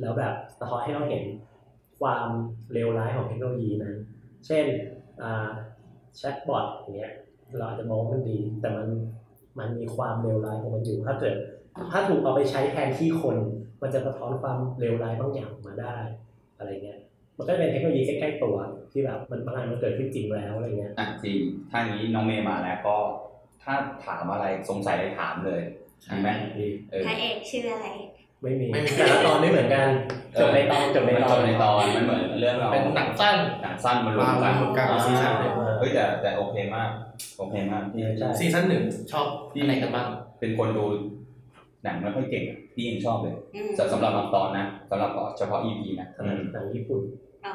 แล้วแบบสะท้อนให้เราเห็นความเลวร้ายของเทคโนโลยีนั้น เช่นอ่าแชทบอทอย่างเงี้ยเราอาจจะมองว่ามันดี แต่มันมันมีความเลวร้ายของมันอยู่ ถ้าเกิด ถ้าถูกเอาไปใช้แทนที่คน มันจะสะท้อนความเลวร้ายบางอย่างออกมาได้ อะไรเงี้ย มันก็เป็นเทคโนโลยีใกล้ๆตัว ที่แบบมันบางอันมันเกิดขึ้นจริงแล้วอะไรเงี้ย
อ่ะจริงถ้านี้น้องเมย์มาแล้วก็ถ้าถามอะไรสงสัยอะไรถามเลย
ใช่
ดีไหมเออ
พระเอกชื่ออะไร
ไม่มี
ไม่มี
แต่ละตอนไม่เหมือนกันจบในตอนจบใน
มัน
ต
จ
อน
บในตอนมันเหมือนเรื่องเรา
เป็นหนังสั้น
หนังสั้นมันรวมกัน
มารวมกันเป็นซีซั่นเลย
เออ
เฮ้ยแต่แต่โอเคมากโอเคมากพี่
ใช่
ซีซั่นหนึ่งชอบที่ไหนกันบ้าง
เป็นคนดูหนังไม่ค่อยเก่งอะพี่ยังชอบเลย
อืม
แต่สำหรับบางตอนนะสำหรับเฉพาะ EP นะอืม
หนังญี่ปุ่น
อ๋อ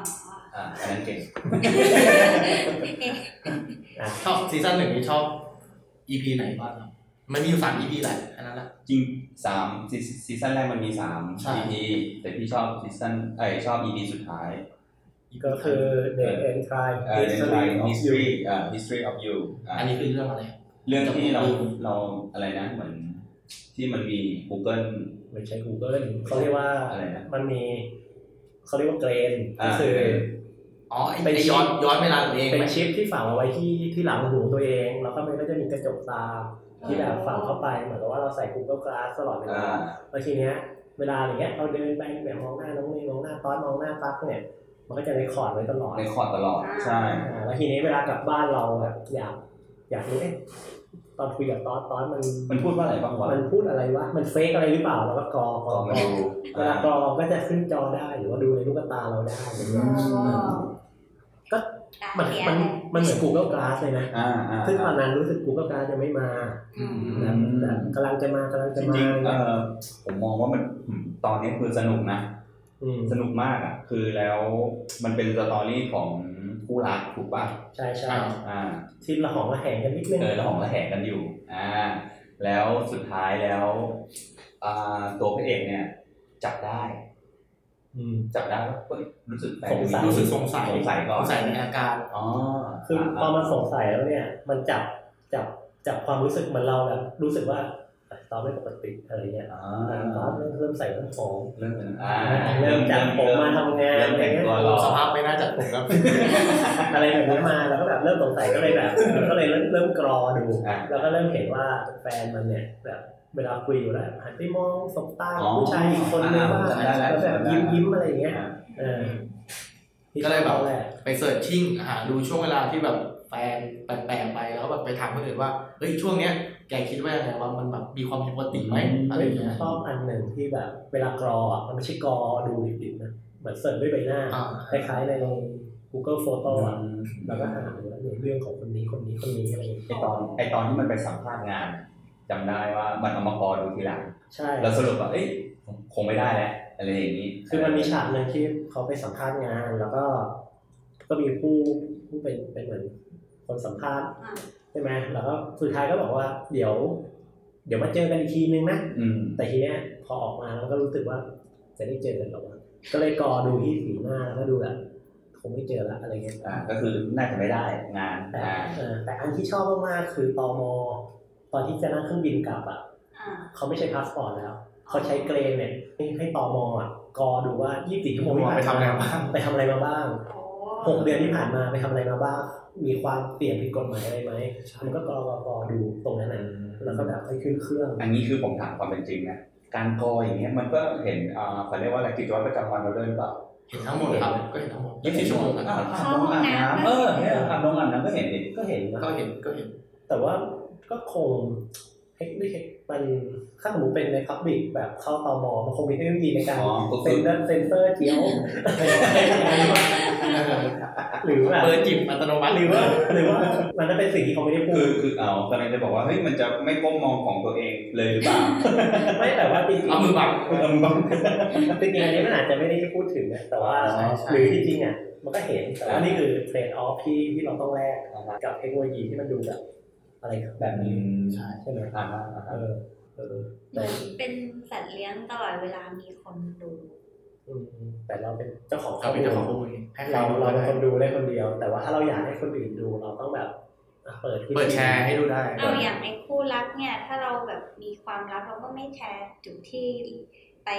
อ่าอันนั้นเก่ง
อ่ะ
ชอบซีซั่นหนึ่งนี่ชอบ EP ไหนบ้างครับ มันมีอยู่สาม EP แหละอันนั้นแหละ
จริงสามซีซีซั่นแรกมันมีสาม
ใช่
EP แต่พี่ชอบซีซั่นเอ้ยชอบ EP สุดท้าย
ก็คือ The End Time
เอ่อ
History
History
of You
History อ่า History of You อ่า
อันนี้คือเรื่องอะไร
เรื่องที่เรา
อืม
เราอะไรนะ เหมือนที่มันมี Google
ไม่ใช่ Google เขาเรียกว่า
อะไรนะ
มันมีเขาเรียกว่าเกรนก็
อ่า
คือ
อ๋อไอ้
เป็น
ไอ้ย้อนย้อนเวลาตัวเอง
เป็
ไหม
นชิปที่ฝังเอาไว้ที่ที่หลังหูตัวเอง แล้วก็มันก็จะมีกระจกตาที่แบบฝังเข้าไปเหมือนกับว่าเราใส่ Google Glass ตลอดเว
อ่า
ลา แล้วทีเนี้ยเวลาอย่างเงี้ยเราเดินไปแบบมองหน้าน้องเมย์มองหน้าต๊อดมองหน้าตั๊กเนี่ยมันก็จะเรคคอร์ดไว้ตลอด
ในคอร์ดตลอด ใช่
อ่าแล้วทีนี้เวลากลับบ้านเราแบบอยากอยากรู้เอ๊ะตอนคุยกับต๊อดต๊อดมัน
มันพูดว่าอะไรบ้างวะ
มันพูดอะไรวะมันเฟกอะไรหรือเปล่าเราก็กรอก
ล
ร
อ
อง กอ
มารดู
เวลากรอก็จะขึ้นจอได้หรือว่าดูในลูกตาเราได้อะไร
อ๋
เงี้ย
อ
ก็
ตา
มัน
เสีย
มัน
เลย
มันเหมือน Google Glass เลยนะ
อ่าอ่า
ซึ่งตอนนั้นรู้สึก Google Glass จะไม่มา
อืม
อื
แบบ
ม
แบบกำลังจะมากำลัง
จ
จะมา
ริงๆเอ่อผมมองว่ามันอืมตอนนี้คือสนุกนะ
อืม
สนุกมากอ่ะ คือแล้วมันเป็นสตอรี่ของคู่รักถูกป่ะ
ใช่ใช่
อ่า
อ่า
ที่ละหองละแหงกันนิดนึง
เออระหองระแหงกันอยู่ อ่า แล้วสุดท้ายแล้ว อ่า ตัวพระเอกเนี่ย จับได้
อืม
จับได้ว่าเฮ้ยรู้สึกแปลก
สงสัย
รู้สึกสงสัย
สงสัย
ส
ก่อน
งสัยในอาการ
อ๋อ
คือพอมันสงสัยแล้วเนี่ย มันจับจับจับความรู้สึกเหมือนเราแบบรู้สึกว่าเอ้ยตอนไม่ปกติอะไรเงี้ย
อ่า
ตอนเริ่มใส่น้ำหอม
เริ่มเป็นอ่า
เริ่มจับผมมาทำงาน
เริ่ม
อะไร
แต่ง
เงี้ย
ตัวหล่อ
สภาพไม่น่าจัดผมครับ
[LAUGHS] อะไรแบบนี้มาแล้วก็แบบเริ่มสงสัยก็เลยแบบ ก็เลยเริ่มเริ่มกรอดู
อ่ะ
แล้วก็เริ่มเห็นว่าแฟนมันเนี่ยแบบเวลาคุยอยู่แล้วหันไปมองสบตา
อ๋อ
ผู้ชายอีกคนนึง
อ่า
ว่า
จำได้แล้ว
แล้วแบบ แบบยิ้มยิ้มๆอะไรอย่างเงี้ย
อ่า
เออที่
ก็เลยแบบ
ชอแหละ
ไปเสิร์ชชิ่งหาดูช่วงเวลาที่แบบแฟนแปลกๆไปแล้วก็แบบไปถามคนอื่นว่าเฮ้ยช่วงเนี้ยแกคิดว่ายังไงว่ามันแบบมีความผิดปกติไหมอะไรอย่างเงี้ย
ชอบอันหนึ่งที่แบบเวลากรออ่ะมันไม่ใช่กรอดูดิบๆนะเหมือนเสิร์ชด้วยใบหน้า
อ่า
คล้ายๆใน Google Photo อ่ะแล้วก็หาเรื่องของคนนี้คนนี้คนนี้อะไรอย่างเงี้ย
ไอตอนไอตอนที่มันไปสัมภาษณ์งานจำได้ว่ามันเอามากอดูทีหลัง
ใช่
เราสรุปว่าเอ้ยคงไม่ได้แล้วอะไรอย่างนี้
คือมันมีฉากหนึ่งที่เขาไปสัมภาษณ์งานแล้วก็ ก็มีผู้ผู้เป็นเป็นเหมือนคนสัมภาษณ์
อ่า
ใช่ไหมแล้วก็สุดท้ายก็บอกว่า เดี๋ยว เดี๋ยวมาเจอกันอีกทีนึงนะ
อืม
แต่ทีเนี้ยพอออกมาแล้วก็รู้สึกว่าจะได้เจอกันหรอวะก็เลยกอดูที่สีหน้าแล้วก็ดูแบบคงไม่เจอละอะไรเงี้ย
อ่าก็คือน่าจะไม่ได้งาน
แต่
อ่า
เออแต่อันที่ชอบมากๆคือตอมตอนที่จะนั่งเครื่องบินกลับอ่ะ
อ่า
เขาไม่ใช้พาสปอร์ตแล้ว เขาใช้เกรนเนี่ยให้ให้ตอมอ่ะกอดูว่า 24ชั่วโมง
มอง
ผ่าน
ไปทำอะไรบ้าง
ไปทำอะไรมาบ้าง
โอ้
หกเดือนที่ผ่านมาไปทำอะไรมาบ้าง มีความเปลี่ยนผิดกฎหมายอะไรไหมมันก็กรอกรอดูตรงนั้นน่ะแล้วก็แบบไปขึ้นเครื่อง
อันนี้คือผมถามความเป็นจริงนะการกออย่างเงี้ยมันก็เห็นอ่าเขาเรียกว่าอะไรกิจวัตรประจำวันเราเดินเปล่า
เห็นทั้งหมดครับก็เห็นทั้งหมดยี่สิบชั่วโมงนะ
อ่าอาบำอาบน้ำเออเนี่ยอาบน้ำอาบน้ำก็เห็นดิ
ก็เห็นนะ
ก็เห็นก็เห็น
แต่ว่าก็คงเทคนิคมันถ้าสมมติเป็นในพับบิกแบบเข้าตมมันคงมีเทคโนโลยีในการ
อ๋อก็
เซ็
คื
น
อ
เซอร์เซ็นเซอร์เจียวหรือแบบ
เบอร์จิบอัตโนมัติ
หรือว่าหรือว่ามันจะเป็นสิ่งที่เขาไม่ได้พู
คื
ด
อคือเอากำลังจะบอกว่าเฮ้ยมันจะไม่ก้มมองของตัวเองเลยหรือเปล่า
ไม่แต่ว่าจริงๆ
เอามือบัง
เอามือบัง
จริงๆอันนี้มันอาจจะไม่ได้พูดถึงนะแต่ว่า
ใช่ใช่
หรือจริงๆอ่ะมันก็เห็นแต่ว่า
อ่านี่
นี่คือเทรดออฟที่ที่เราต้องแลก
อ่าฮะ
กับเทคโนโลยีที่มันดูแบบอะไรแบบนี้
ใช่
ใช่ไหม
อ่าฮะอ่า
เอ
ฮะ
อเออ
เหมือนเป็นสัตว์เลี้ยงตลอดเวลามีคนดู
อืมแต่เราเป็นเจ้าของ
เราเป็นเจ้าของข้อมูลให้
เรา
เรา
เรา
เรา
เป็นคนดูได้คนเดียว แต่ว่าถ้าเราอยากให้คนอื่นดูเราต้องแบบอ่ะเปิดที่
เปิดแชร์ให้ดูได้
เอาอย่างไอ้คู่รักเนี่ย ถ้าเราแบบมีความลับเราก็ไม่แชร์จุดที่ไป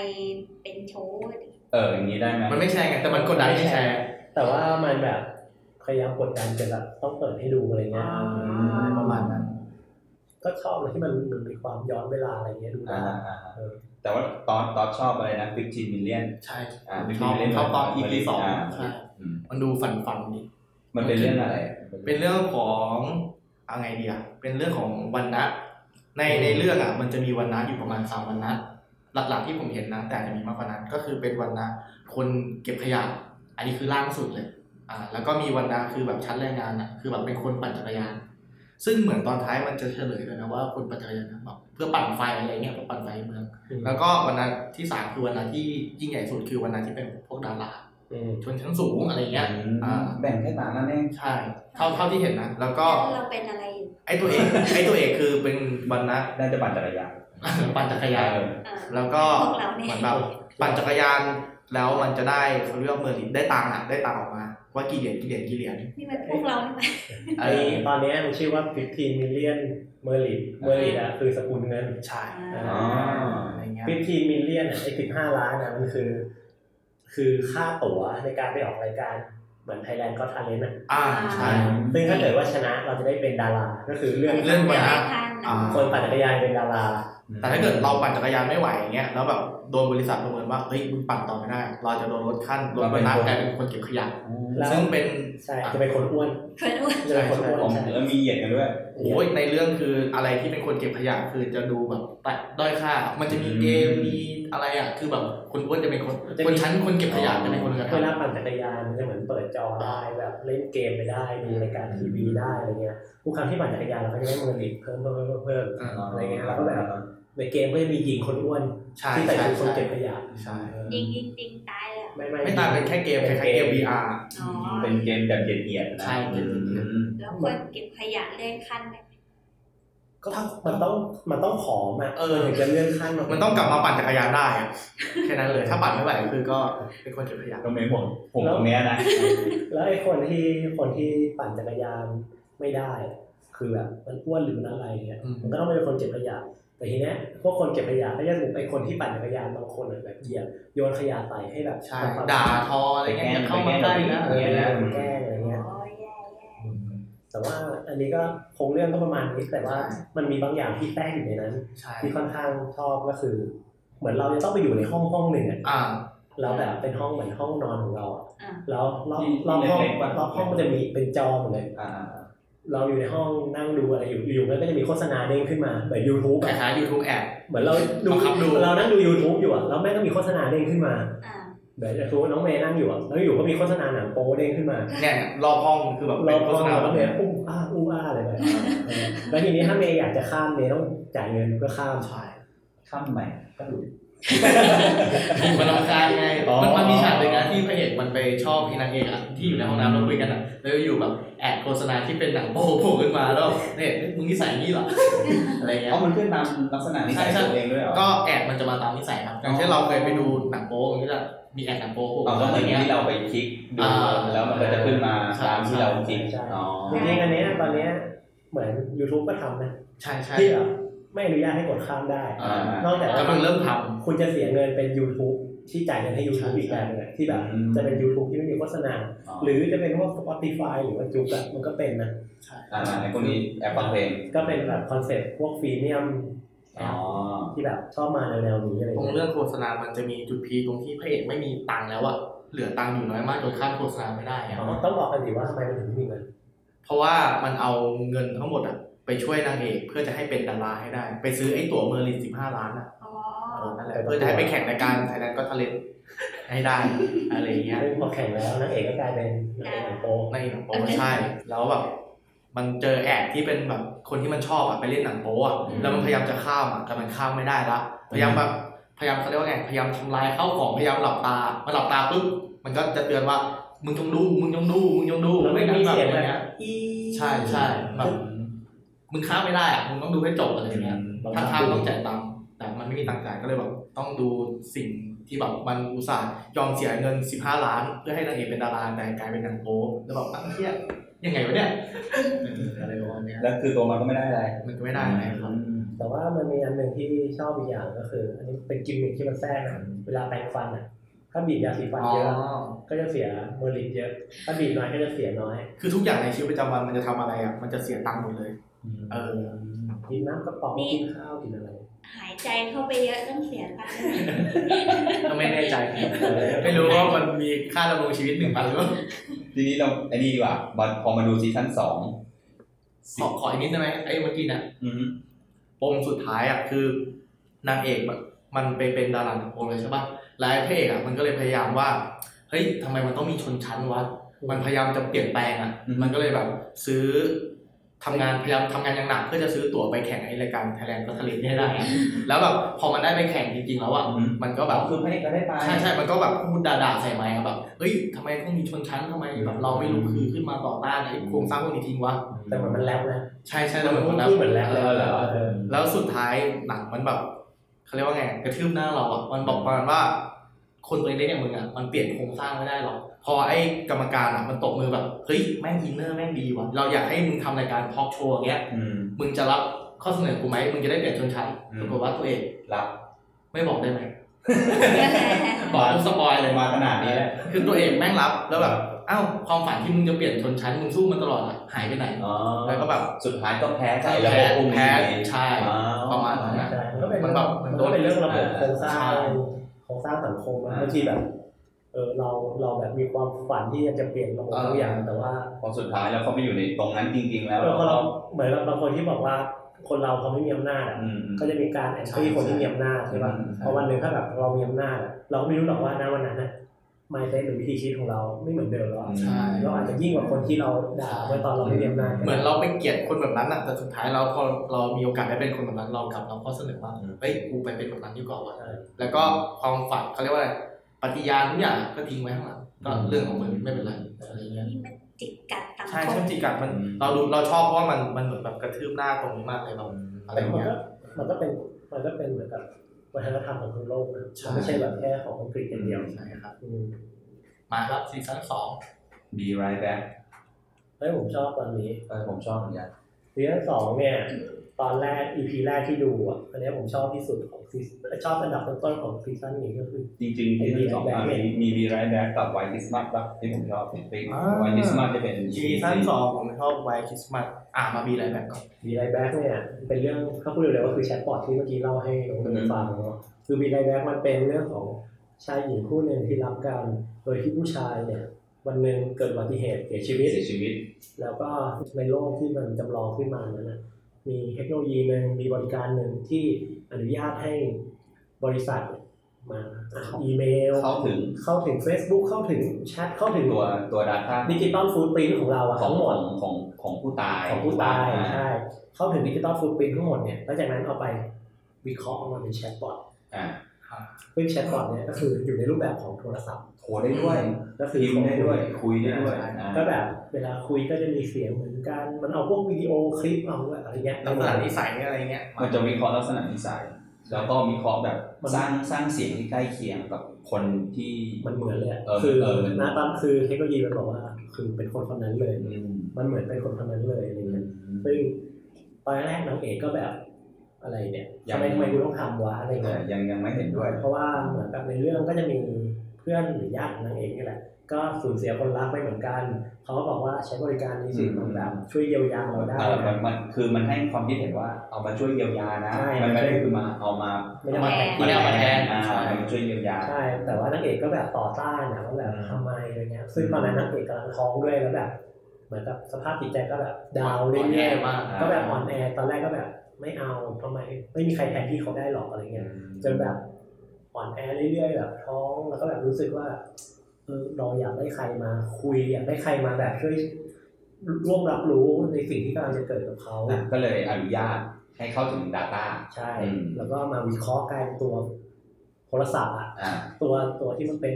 เป็นชู้อะดิ
เอออย่างนี้ได้ไหม
มันไม่แชร์ไงแต่มันกดดันให้แชร์
แต่ว่ามันแบบพยายามกดดันจนแบบต้องเปิดให้ดูอะไรเงี้ย
ประมาณนั้น
ก็ชอบเลยที่มันมันมีความย้อนเวลาอะไรเงี้ยดู
อ่า
นะ
ฮะอ่าฮะแต่ว่าตอนตอนชอบอะไรนะ15 million
ใช่
อ่า
ชอบ
เล่น
ชอบตอน EP สอง
อ่า
ใช่
อืม
มันดูฝันฝันๆดี
มันเป็นเรื่องอะไร
เป็นเรื่องของเอาไงดีอะเป็นเรื่องของวันนะในในเรื่องอะมันจะมีวันนะอยู่ประมาณสามวันนะหลักๆที่ผมเห็นนะแต่อาจจะมีมากกว่านั้นก็คือเป็นวันนะคนเก็บขยะอันนี้คือล่างสุดเลยอ่าแล้วก็มีวันนะคือแบบชั้นแรงงานอะคือแบบเป็นคนปั่นจักรยาน ซึ่งเหมือนตอนท้ายมันจะเฉลยเลยนะว่าคนปั่นจักรยานนะแบบเพื่อปั่นไฟอะไรเงี้ยเพื่อปั่นไฟเมือง แล้วก็วันนั้นที่สามคือวันนั้นที่ยิ่งใหญ่สุดคือวันนั้นที่เป็นพวกดารา
อืม
ชนชั้นสูงอะไรเงี้ยอ่า
แบ่งแค่สามนั่นเอง
ใช่เท่าเท่าที่เห็นนะแล้วก็
เราเป็นอะไรอยู่
ไอตัวเอกไอตัวเอกคือเป็นวันนะ
น่าจะปั่นจักรยาน
[LAUGHS] ปั่นจักรยาน
อ่า
แล้วก็
พวกเราเนี่ย
เหมือนแบบปั่นจักรยานแล้วมันจะได้เขาเรียกว่าเมอร์ลินได้ตังค์อ่ะได้ตังค์ออกมา ว่ากี่เหรียญกี่เหรียญกี่เหรียญ
นี่มันพวกเรานี่ไหม
ไอ
ไอ้ตอนเนี้ยมันชื่อว่า 15 million merlin merlin อะคือสกุลเงิน
ใช่
อ๋
อ๋อ
อะไรเงี้ย
15 million อะไอ้15 ล้านอะมันคือ คือค่าตั๋วในการไปออกรายการเหมือน Thailand Got Talent อะ
อ่าใช่
ซึ่งถ้าเกิดว่าชนะเราจะได้เป็นดารา ก็คือเรื่อง
เรื่อง
ไม่ทัน
อ่า
อ่ะ
คนปั่นจักรยานเป็นดารา
แต่ถ้าเกิดเราปั่นจักรยานไม่ไหวอย่างเงี้ยแล้วแบบโดนบริษัทประเมินว่าเฮ้ยมึงปั่นต่อไม่ได้ เราจะโดนลดขั้นลดวันนะกลายเป็นคนเก็บขยะ
แล้ว
ซึ่งเป็น
ใช่จะเป็นคนอ้วน
เพื่อนอ้วน
จะเป็นคนอ้วน
ผม
ใช่
แล้วมีเหยียดกันด้วย
โอ้ยในเรื่องคืออะไรที่เป็นคนเก็บขยะคือจะดูแบบแตะด้อยค่า มันจะมีเกมมีอะไรอ่ะ คือแบบคนอ้วนจะเป็นคนคนชั้นคนเก็บขยะจะเป็นคนกระท
เวลาปั่นจักรยานมันจะเหมือนเปิดจอได้แบบเล่นเกมไปได้ดูรายการทีวีได้อะไรเงี้ยทุกครั้งที่ปั่นจักรยานเราก็จะได้เมอร์ลินเพิ่มเพิ่มเพิ่มเพิ่ม
ำ
อะไรเงี้ยแล้วก็แบบ ในเกมก็จะมีหญิงคนอ้วน
ใช่
ที่ใส่
ใช่
ชุดคนเก็
ใช่
บขยะ
ใช่
จริงจริงจริงๆตายเลยเหรอ
ไม่ไม่
ไม่ต่างเป็นแค่เกมแค่แค่เกม VR
อ๋อ
เป็นเกมแบบเหยียดเหยียดนะ
แล้วควรเก็บขยะเลื่อนขั้นไหม
ก็ถ้ามันต้องมันต้องขอมา
เออ
ถึงจะเลื่อนขั้นมา
มันต้องกลับมาปั่นจักรยานได้อะแค่นั้นเลยถ้าปั่นไม่ไหวคือก็เป็นคนเก็บขยะ
ตรงไหนผมผมตรงเนี้ยนะ
แล้วไอ้คนที่คนที่ปั่นจักรยานไม่ได้ คือแบบมันอ้วนหรือมันอะไรเงี้ย
อืม
มันก็ต้องเป็นคนเก็บขยะแต่ทีเนี้ยพวกคนเก็บขยะก็จะถูกไอ้คนที่ปั่นจักรยานบางคนอะแบบเหยียบโยนขยะใส่ให้แบบ
ใช่
ทำความ
ด่าทออะไรเงี้ยอย่าเข้ามาใกล้นะอะไร
แกล้
เงี้ย
งแกล้งอะไร
โอ้
เงี้ย
ยแย่แย่
แต่ว่าอันนี้ก็คงเรื่องก็ประมาณนี้แต่ว่ามันมีบางอย่างที่แทรกอยู่ในนั้น
ใช่
ที่ค่อนข้างชอบก็คือ เหมือนเราจะต้องไปอยู่ในห้องห้องหนึ่งอะ
อ่า
ๆ
เราแบบเป็นห้องเหมือนห้องนอนของเราอะ
อ่า
แล้วรอบ
ที่
รอบห้อง
เล็กๆปะ
รอบห้องมันจะมีเป็นจอหมดเลย
อ่า
เราอยู่ในห้องนั่งดูอะไรอยู่อยู่ๆมันก็จะมีโฆษณาเด้งขึ้นมาเหมือนยูทูบ
ค
อะ
ล้ายๆยูทูบแอด
เหมือนเราดู
บังคับดู
เรานั่งดู YouTube อยู่อะแล้วแม่งก็มีโฆษณาเด้งขึ้นมา
อ่า
เดี๋ยวจะรู้น้องเมย์นั่งอยู่อะแล้วอยู่ก็มีโฆษณาหนังโป๊เด้งขึ้นมา
เนี่ยรอบห้องคือแบบ
เรา
เป็นโฆ
โฆ
ษ
ษ
ณา
ณา
แบ
แล้ว
บ
เม
เนี้ย
ย์อุ้มอ้าอู้อ้าอะไรแบบนี้เออแล้วทีนี้ถ้าเมย์อยากจะข้ามเมย์ต้องจ่ายเงินเพื่อข้าม
ใช่
ข้ามใหม่ก็ดู
มันรำคาญไง
อ๋อ
มันมันมีฉากหนึ่งนะที่พระเอกมันไปชอบไอ้นางเอกอะที่อยู่ในห้องน้ำแล้วคุยกันอะแล้วอยู่แบบแอดโฆษณาที่เป็นหนังโป๊โผล่ขึ้นมาแล้วเนี่ยมึงนิสัยอย่างนี้เหรออะไรเงี้ย
เอามันขึ้นตามลักษณะนิสัย
ใช่ใช่
ตัวเองด้วยเหรอ
ก็แอดมันจะมาตามนิสัยครับอย่างเช่นเราเคยไปดูหนังโป๊มันก็จะมีแอดหนังโป๊โผล่
เอาก็
มาอะไร
เหมือน
เงี้ย
ที่เราไปคลิกดู
อ่า
แล้วมันก็จะขึ้นมา
ใช่
ตามที่เราคลิก
ใช่
อ๋อ
จริงๆอันเนี้ยตอนเนี้ยเหมือน YouTube ก็ทำนะ
ใช่ใช่
ที่แบบไม่อนุญาตให้กดข้ามได้
อ่า
นอกจาก
กำลังเริ่มท
คุณจะเสียเงินเป็น YouTube ที่จ่ายเงินให้ YouTube
ใช่
อีกแบบหนึงอะที่แบบ
อืม
จะเป็น YouTube ที่ไม่มีโฆษณา
อ๋อ
หรือจะเป็นพวก Spotify หรือว่าจุกอะมันก็เป็นนะ
ำใช่
อ่าในพวกนี้แอปฟังเพลง
ก็เป็นแบบคอนเซ็ปต์พวกฟรีเมียม
อ๋อ
ที่แบบชอบมาแนวๆนี้อะไร
ตร
เงี้
ง
ย
เรื่องโฆษณา มันจะมีจุดพีคตรงที่พระเอกไม่มีตังค์แล้วอะเหลือตังค์อยู่น้อยมากจนข้ามโฆษณาไม่ได้อะ
อ๋อต้องบอกกันดีว่าทำไมมันถึงมีเงิน
เพราะว่ามันเอาเงินทั้งหมดอะไปช่วยนางเอกเพื่อจะให้เป็นดาราให้ได้ ไปซื้อไอ้ตั๋วเมอร์ลิน15 ล้านอะ
อ๋อ
เออนั่นแหละเพื่อจะให้ไปแข่งรายการไทยแลนด์ก็ทะเลนให้ได้ อะไรอย่างเงี้ย
เรื่องพอแข่งแล้วนางเอกก็กลายเป็นนางเอกหนังโป๊
ในหนังโป๊ใช่ แล้วแบบมันเจอแอดที่เป็นแบบคนที่มันชอบอะไปเล่นหนังโป๊อะ
อืม
แล้วมันพยายามจะข้ามอะแต่มันข้ามไม่ได้ละพยายามแบบพยายามเขาเรียกว่าไงพยายามทำลายข้าวของพยายามหลับตามันหลับตาปุ๊บมันก็จะเตือนว่า มึงจงดูมึงจงดูมึงจงดู
แล้วไม่
งั้น
มี
แบบ
เสียง
อ
แบบ
ย่างเงี้ย
อี
ใช่ใช่แบบ มึงข้ามไม่ได้อะมึงต้องดูให้จบอะไรอย่างเงี้ยถ้าข้ามต้องจ่ายตังค์แต่มันไม่มีตังค์จ่ายก็เลยแบบต้องดูสิ่งที่แบบมันอุตส่าห์ยอมเสียเงิน 15 ล้าน เพื่อให้นางเอกเป็นดาราแต่กลายเป็นนางโป๊แล้วแบบตั้งเทียยังไงวะเนี่ยเอออะไรประมาณเนี้ย
แล้วคือตัวมันก็ไม่ได้อะไร
มันก็ไม่ได้อะไรครับ
อืม
แต่ว่ามันมีอันหนึ่งที่ชอบอีกอย่างก็คือ อันนี้เป็นกิมมิคที่มันแทรกนะเวลาแปรงฟันอ่ะ ถ้าบีบยาสีฟัน
อ๋อ
เยอะก็จะเสียเมอริดเยอะ ถ้าบีบน้อยก็จะเสียน้อย
คือทุกอย่างในชีวิตประจำวันมันจะทำอะไรอ่ะ มันจะเสียตังค์หมดเลย เออ
กินน้ำกระป๋อง
นี่
กินข้าวกินอะไร
หายใจเข้าไปเยอะต้องเสียตังค์
ก็ไม่แน่ใจ ไม่รู้ว่ามันมีค่าดำรงชีวิตหนึ่งพันหรือเปล่า
ทีนี้เราไอ้นี่ดีกว่ามาพอมาดูซีซั่นสอง
ขอขออีกนิดได้ไหมไอ้เมื่อกี้เนี่ย
อืม
ปมสุดท้ายอ่ะคือนางเอกแบบมันไปเป็นดาราหนังโป๊เลยใช่ปะแล้วไอ้พระเอกอ่ะมันก็เลยพยายามว่า เฮ้ยทำไมมันต้องมีชนชั้นวะ มันพยายามจะเปลี่ยนแปลงอ่ะ มันก็เลยแบบซื้อทำงานพยายามทำงานอย่างหนักเพื่อจะซื้อตั๋วไปแข่งไอ้รายการไทยแลนด์ก็ทะเลให้ได้อะแล้วแบบพอมันได้ไปแข่งจริงๆแล้วอ่ะ มันก็แบบ
คือพระเอกก็ได้ไป
ใช่ใช่มันก็แบบพูดด่าๆใส่ไมค์อะแบบ เฮ้ยทำไมต้องมีชนชั้นทำไมแบบเราไม่ลุกคือขึ้นมาต่อต้านไอ้โครงสร้างพวกนี้ทิ้งวะ
แต่เหมือนมันแรปนะ
ใช่ใช่แล้วมัน
มัน
แล้
พูดเหมือนแรป
เอ
เลย
อ
เหรอ
เออ
แล้วสุดท้ายหนังมันแบบเขาเรียกว่าไงกระทืบหน้าเราอ่ะมันบอกประมาณว่า คนตัวเล็กๆอย่างมึงอ่ะมันเปลี่ยนโครงสร้างไม่ได้หรอกพอไอ้กรรมการอ่ะมันตกมือแบบเฮ้ยแม่งอินเนอร์แม่งดีว่ะเราอยากให้มึงทำรายการทอล์กโชว์อย่างเงี้ย
อืม
มึงจะรับข้อเสนอกูไหมมึงจะได้เปลี่ยนชนชั้น
อืม
ปรากฏว่าตัวเอง
รับ
ไม่บอกได้ไหม
เ
บอกปุ๊บสปอยเลย
มาขนาดนี้แล้ว
คือตัวเองแม่งรับแล้วแบบอ้าวความฝันที่มึงจะเปลี่ยนชนชั้นมึงสู้มันตลอดอ่ะหายไปไหน
อ๋อ
แล้วก็แบบ
สุดท้ายก็แพ้ใจแล้ว
แพ้
ก็อุ้ม
แพ้
หนี
ใช่
อ๋อ
ประมาณนั้นนะ
ใช่มันก็เป็น
มันแบบ
มันก็เป็นเรื่องระบบโครงสร้า
ใช่
งโครงสร้างสังคมนะบางทีแบบเออเราเราแบบมีความฝันที่อยากจะเปลี่ยนระบบทุกอย่างแต่ว่า
พอสุดท้ายแล้วเขาไปอยู่ในตรงนั้นจริง ๆ แล้ว
เออพอเราเหมือนกับบางคนที่บอกว่าคนเราพอไม่มีอำนาจอ่ะ
อืม
ก็จะมีการแอนตี้คนที่มีอำนาจใช่ป่ะ
อืมใช่
พอวันหนึ่งถ้าแบบเรามีอำนาจอะเราไม่รู้หรอกว่าณวันนั้นน่ะมายเซตหรือวิธีคิดของเราไม่เหมือนเดิมแล้วอะ
ใช่
เราอาจจะยิ่งกว่าคนที่เราด่าไว้ตอนเราไม่มีอำนาจ
เหมือนเราไปเกลียดคนแบบนั้นอะแต่สุดท้ายเราพอเรามีโอกาสได้เป็นคนแบบนั้นเรากลับเราก็เสนอว่า เฮ้ย กูไปเป็นแบบนั้นดีกว่าวะ
ใช่
แล้วก็ความฝันเขาเรียกว่าอะไร ปฏิญาณทุกอย่างก็ทิ้งไว้ข้างหลัง ก็เรื่องของมึงไม่เป็นไรอะไรเงี้ย
นี่มันจิกกัดสัง
ใช่
ค
ใช่
ม
จิกัดมัน
อืม
เราดูเราชอบเพราะว่ามันมันเหมือนแบบกระทืบหน้าตรงนี้มากเลยแบบอะไร
แต่มัน
เงี้ย
ก็มันก็เป็นมันก็เป็นเหมือนกับวัฒนธรรมของทั้งโลกนะ
ใช่
ไม่ใช่แบบแค่ของอังกฤษอย่างเดียว
ใช่ครับ
อืม
มาครับซีซั่นสอง
be right back
เฮ้ยผมชอบตอนนี้
เออผมชอบเหมือนกัน
ซีซั่นสองเนี่ยตอนแรก EP แรกที่ดูอ่ะอันเนี้ยผมชอบที่สุดของซีชอบอันดับต้นๆของซีซั่นนี้ก็คือ
จริงๆที่มีสองอันมีมี be right back กับ white christmas ป่ะที่ผมชอบเป็น white christmas จะเป็น
ซีซั่นสองผมชอบไวคริสต์มาสอ่ะมาบีอะไรแบบก่อน
บีไลแบ็กเนี่ยเป็นเรื่องถ้าพูดเร็วๆก็คือแชทบอทที่เมื่อกี้เล่าให้น้องเมย์ฟังเนาะคือบีไลแบ็กมันเป็นเรื่องของ ชายหญิงคู่หนึ่งที่รักกันโดยที่ผู้ชายเนี่ยวันหนึ่งเกิดอุบัติเหตุเสียชีวิต
เสียชีวิต
แล้วก็ในโลกที่มันจำลองขึ้นมานั้นนะมีเทคโนโลยีหนึ่งมีบริการหนึ่งที่อนุญาตให้บริษัทมาอ่านอีเมล
เข้าถึง
เข้าถึง Facebook เข้าถึงแชทเข้าถึง
ตัวตัว Data
ดิจิตอลฟูดปรินของเราอะ
ของ
ทั้งหมด
ของของผู้ตาย
ของผู้ตาย
อ่
ใช่เข้าถึงดิจิตอลฟูดปรินทั้งหมดเนี่ยแล้วจากนั้นเอาไปวิเคราะห์ออกมาเป็นแชทบอท
อ่า
ซึ่งแชทบอทเนี่ยก็คืออยู่ในรูปแบบของโทรศัพท์
โทรได้ด้วย
ก็คือ
พิมพ์ได้ด้วย คุยได้ด้วยอ่า
ก็แบบเวลาคุยก็จะมีเสียงเหมือนกัน มันเอาพวกวิดีโอคลิปเอาอะไรเงี้ย
ลักษณะนิสัยอะไรเงี้ย
มันจะวิเคราะห์ลักษณะนิสัย แล้วก็วิเคราะห์แบบสร้างสร้างเสียงที่ใกล้เคียงกับคนที่
มันเหมือนเลยอะ
เออ
คือ
เออมัน
นะตอนคือเทคโนโลยีมันบอกว่า คือเป็นคนคนนั้นเลย
อืม
มันเหมือนเป็นคนคนนั้นเลยอะไรเงี้ยซึ่งตอนแรกนางเอกก็แบบอะไรเนี่ยทำไมทำไมกูต้องทำวะอะไร
แต่
เงี้ย
ยังยังไม่เห็นด้วย
เพราะว่าเหมือนกับในเรื่องก็จะมีเพื่อนหรือญาติของนางเอกนี่แหละ ก็สูญเสียคนรักไปเหมือนกันเขาก็บอกว่าใช้บริการนี้สิ
อืม
มันแบบช่วยเยียวยาเราได้
เออมั
นะ
นมันคือมันให้ความคิดเห็นว่าเอามาช่วยเยียวยานะ
ใช่
มันไม่ได้คือมาเอามา
ไม่ได้มาแต่ง
ไม่ได้เอามาแทน
อ่ามันช่วยเยียวยา
ใช่ แต่ว่านางเอกก็แบบต่อต้านนะว่าแบบ
อืม
ทำไมอะไรเงี้ย ซึ่งตอนนั้นนางเอกกำลังท้องด้วยแล้วแบบเหมือนกับสภาพจิตใจก็แบบดาวน์เรื่
แย่
อย
มาก
ๆก็แบบอ่อนแอ ตอนแรกก็แบบไม่เอาทำไมไม่มีใครแทนที่เขาได้หรอกอะไรเงี้ย จนแบบอ่อนแอเรื่อยๆแบบท้องแล้วก็แบบรู้สึกว่าเออเราอยากได้ใครมาคุยอยากได้ใครมาแบบช่วยร่วมรับรู้ในสิ่งที่กำลังจะเกิดกับเขา
อ่ะก็เลยอนุญาตให้เข้าถึง Data
ใช่
อืม
แล้วก็มาวิเคราะห์กลายเป็นตัวโทรศัพท์อะ
อ่า
ตัวตัวที่มันเป็น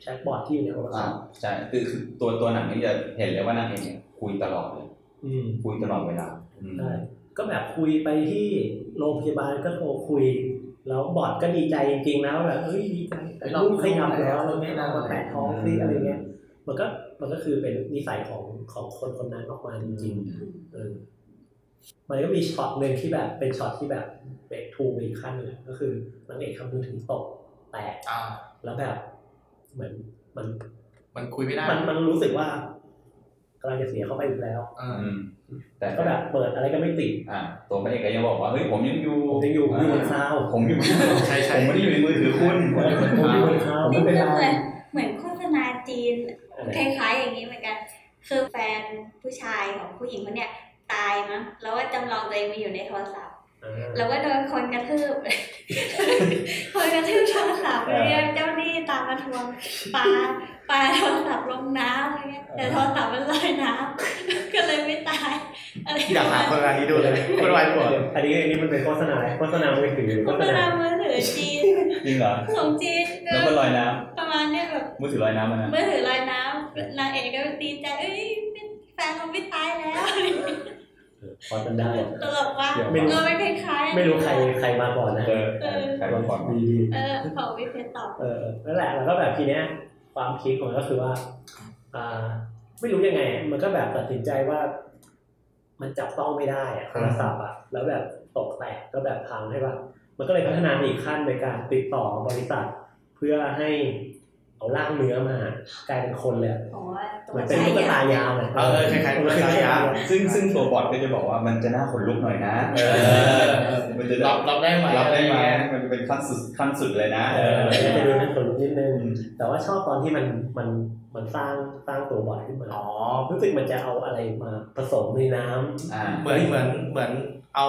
แชทบอทที่อยู่ในโทรศั
อ่า
พท์
ใช่คือคือตัวตัวหนังนี่จะเห็นเลยว่านางเอกเนี่ยคุยตลอดเลย
อืม
คุยตลอดเวลาอืม
ใช่ก็แบบคุยไปที่โรงพยาบาลก็โทรคุย แล้วบอทก็ดีใจจริงๆนะว่าแบบเฮ้ยดีใจแต่ลูกขยับแล้วแล้วแม่เรามาแตะท้องซิอะไรเงี้ย มันก็มันก็คือเป็นนิสัยของของคนคนนั้นออกมาจริงๆเออมันก็มีช็อตหนึ่งที่แบบเป็นช็อตที่แบบเบรกทูอีกขั้นหนึ่งก็คือนางเอกทำมือถือตกแตก
อ่า
แล้วแบบเหมือนมัน
มันคุยไม่ได้
มันมันรู้สึกว่ากำลังจะเสียเขาไปอีกแล้ว
เออ
อืมแต่
ก็แบบเปิดอะไรก็ไม่ติด
อ่าตัวพระเอกก็ยังบอกว่าเฮ้ยผมยังอยู่
ผมยังอยู่อยู่บนซาว
ผมอยู่
ใช่ใช่
ผมไม่ได้ [LAUGHS] อยู่ในมือถือคุณผมอยู่บ
ผมอ
น
ยู่
เท้า
บนซาว
นี่
ไม่เป็น
ก็
ไร
เหมือนเหมือนโฆษณาจีน
อะไร
คล้ายๆอย่างนี้เหมือนกัน คือแฟนผู้ชายของผู้หญิงคนเนี้ยตายมั้ง แล้วว่าจำลองตัวเองมาอยู่ในโทรศัพท์
อ่า
แล้วก็โดนคนกระทืบ [LAUGHS] คนกระทืบโทรศัพท์
เออ
เรียกเจ้าหนี้ตามมาทวงปาปาโทรศัพท์ลงน้ำอะไรเงี้ย แต่โทรศัพท์มันลอยน้ำ [LAUGHS] ก็เลยไม่ตายอะไร
อยากหาคนร้ายนี้ดูเลยคนร้ายปวด
อันนี้อันนี้มันเป็นโฆษณาโฆษณามือถือหรือ
โฆ
โฆษ
ษ
ณา
ณามือถือจีน
จริงเหรอ
ของจีนก็
แล้วก็ลอยน้
ประมาณเนี้ยแบบ
ำมือถือลอยน้ำมันนะ
เมื่อถือลอยน้ำนางเอกก็ดีใจเอ้ยแฟนเราไม่ตายแล้ว
พอจนได้
ตลกว่าก
ไม่รู้
เราไม่คล้ายๆ
ไม่รู้ใครใครมาก่อนนะ
เออเออใครเป็นคน
ดีดี
เออขอวิเคราะห์ต่อ
เออนั่นแหละแล้วก็แบบทีเนี้ย ความคิดของมันก็คือว่า อ่า ไม่รู้ยังไง มันก็แบบตัดสินใจว่า มันจับต้องไม่ได้อะโทรศัพท์อะแล้วแบบตกแตกก็แบบพังใช่ป่ะมันก็เลยพัฒนาไปอีกขั้นในการติดต่อบริษัท เพื่อให้เอาร่างเนื้อมากลายเป็นคนเลยอะ
ของว่าตั
เหมือ
ว
น
ใจ
เป็นตุ๊ก
ใหญ่
ตายาวะ
เออคล้ายๆตุ๊กตายาว
ซึ่งซึ่งตัวบอทก็จะบอกว่ามันจะน่าขนลุกหน่อยนะเออมันจะ
รับรับได้ไหม
รับได้ไหม
อะเงี้ย
มันจะเป็นขั้นสุดขั้นสุดเลยนะ
เอ
เอ
อ
อ
มันจะดูเป็นคนนิดนึงแต่ว่าชอบตอนที่มันมันมันสร้างสร้างตัวบอทขึ้นมา
อ๋อ
รู้สึกมันจะเอาอะไรมาผสมในน้ำ
อ่า
เหมือนเหมือนเหมือนเอา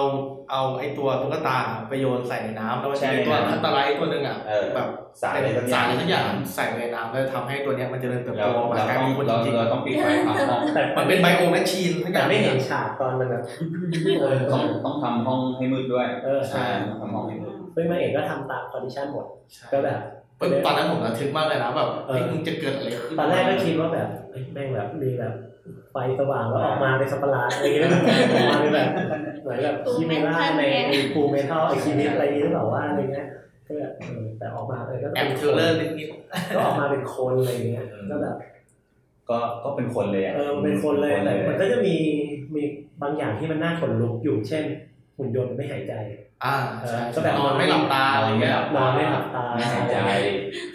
เอาไอ้ตัวตุ๊กตาไปโยนใส่ในน้ำแล้วมันจะมีตัว
ใช่
อันตรายตัวหนึ่งอ่ะ
เออ
แบบ
สารอะไรสักอ
สา
ย่า
รง อะไรสักอย่างใส่ไปในน้ำแล้วทำให้ตัวเนี้ยมันเจริญเติบ
เรา
โตมา
เรา
กลาย
ต้อง
เป็นคนจ
เรา
ริง
เราต้องปิดไฟห้องห้อง
แต่
ๆมันเป็นไบโอแมชชีนทั้งอ
แต่
ย่าง
ไม่เห็นฉากตอนมันแบบเออ
ต้องต้องทำห้องให้มืดด้วย
เออใช่
ใช่ต้องทำห้องให้มืด
ซึ่งนางเอกก็ทำตามคอนดิชันหมด
ใช่
ก็แบบ
ปึ๊บตอนนั้นผมระทึกมากเลยนะแบบ
เอ
เฮ้
อ
ยมึงจะเกิดอะไรขึ้น
ตอนแรกก็คิดว่าแบบเอ้ยแม่งแบบมีแบบไฟสว่างแล้วออกมาเป็นสัตว์ประหลาดอะไรอย่างเงี้ยออกมาเป็นแบบเหมือนแบบคีเมล่าในฟูเมทัลไอคีนิดอะไรอย่างเงี้ยหรอว่าอะไรเงี้ยก็แบบเออแต่ออกมาเออก็
แอ
เป็
ม
น
เท
คน
เลอร์นิด
ก็ออกมาเป็นคนอะไรเงี้ยก็แบบ
ก็ก็เป็นคนเลยะ
เออมันเป็นคนเลยแต่มันก็จะมีมีบางอย่างที่มันน่าขนลุกอยู่เช่นหุ่นยนต์ไม่หายใจ
ๆอ่า
เออ
ใช่
ก็แบบ
นอนไม่หลับตาอะไรเงี้ย
นอนไม่หลับตา
ไม่หายใจ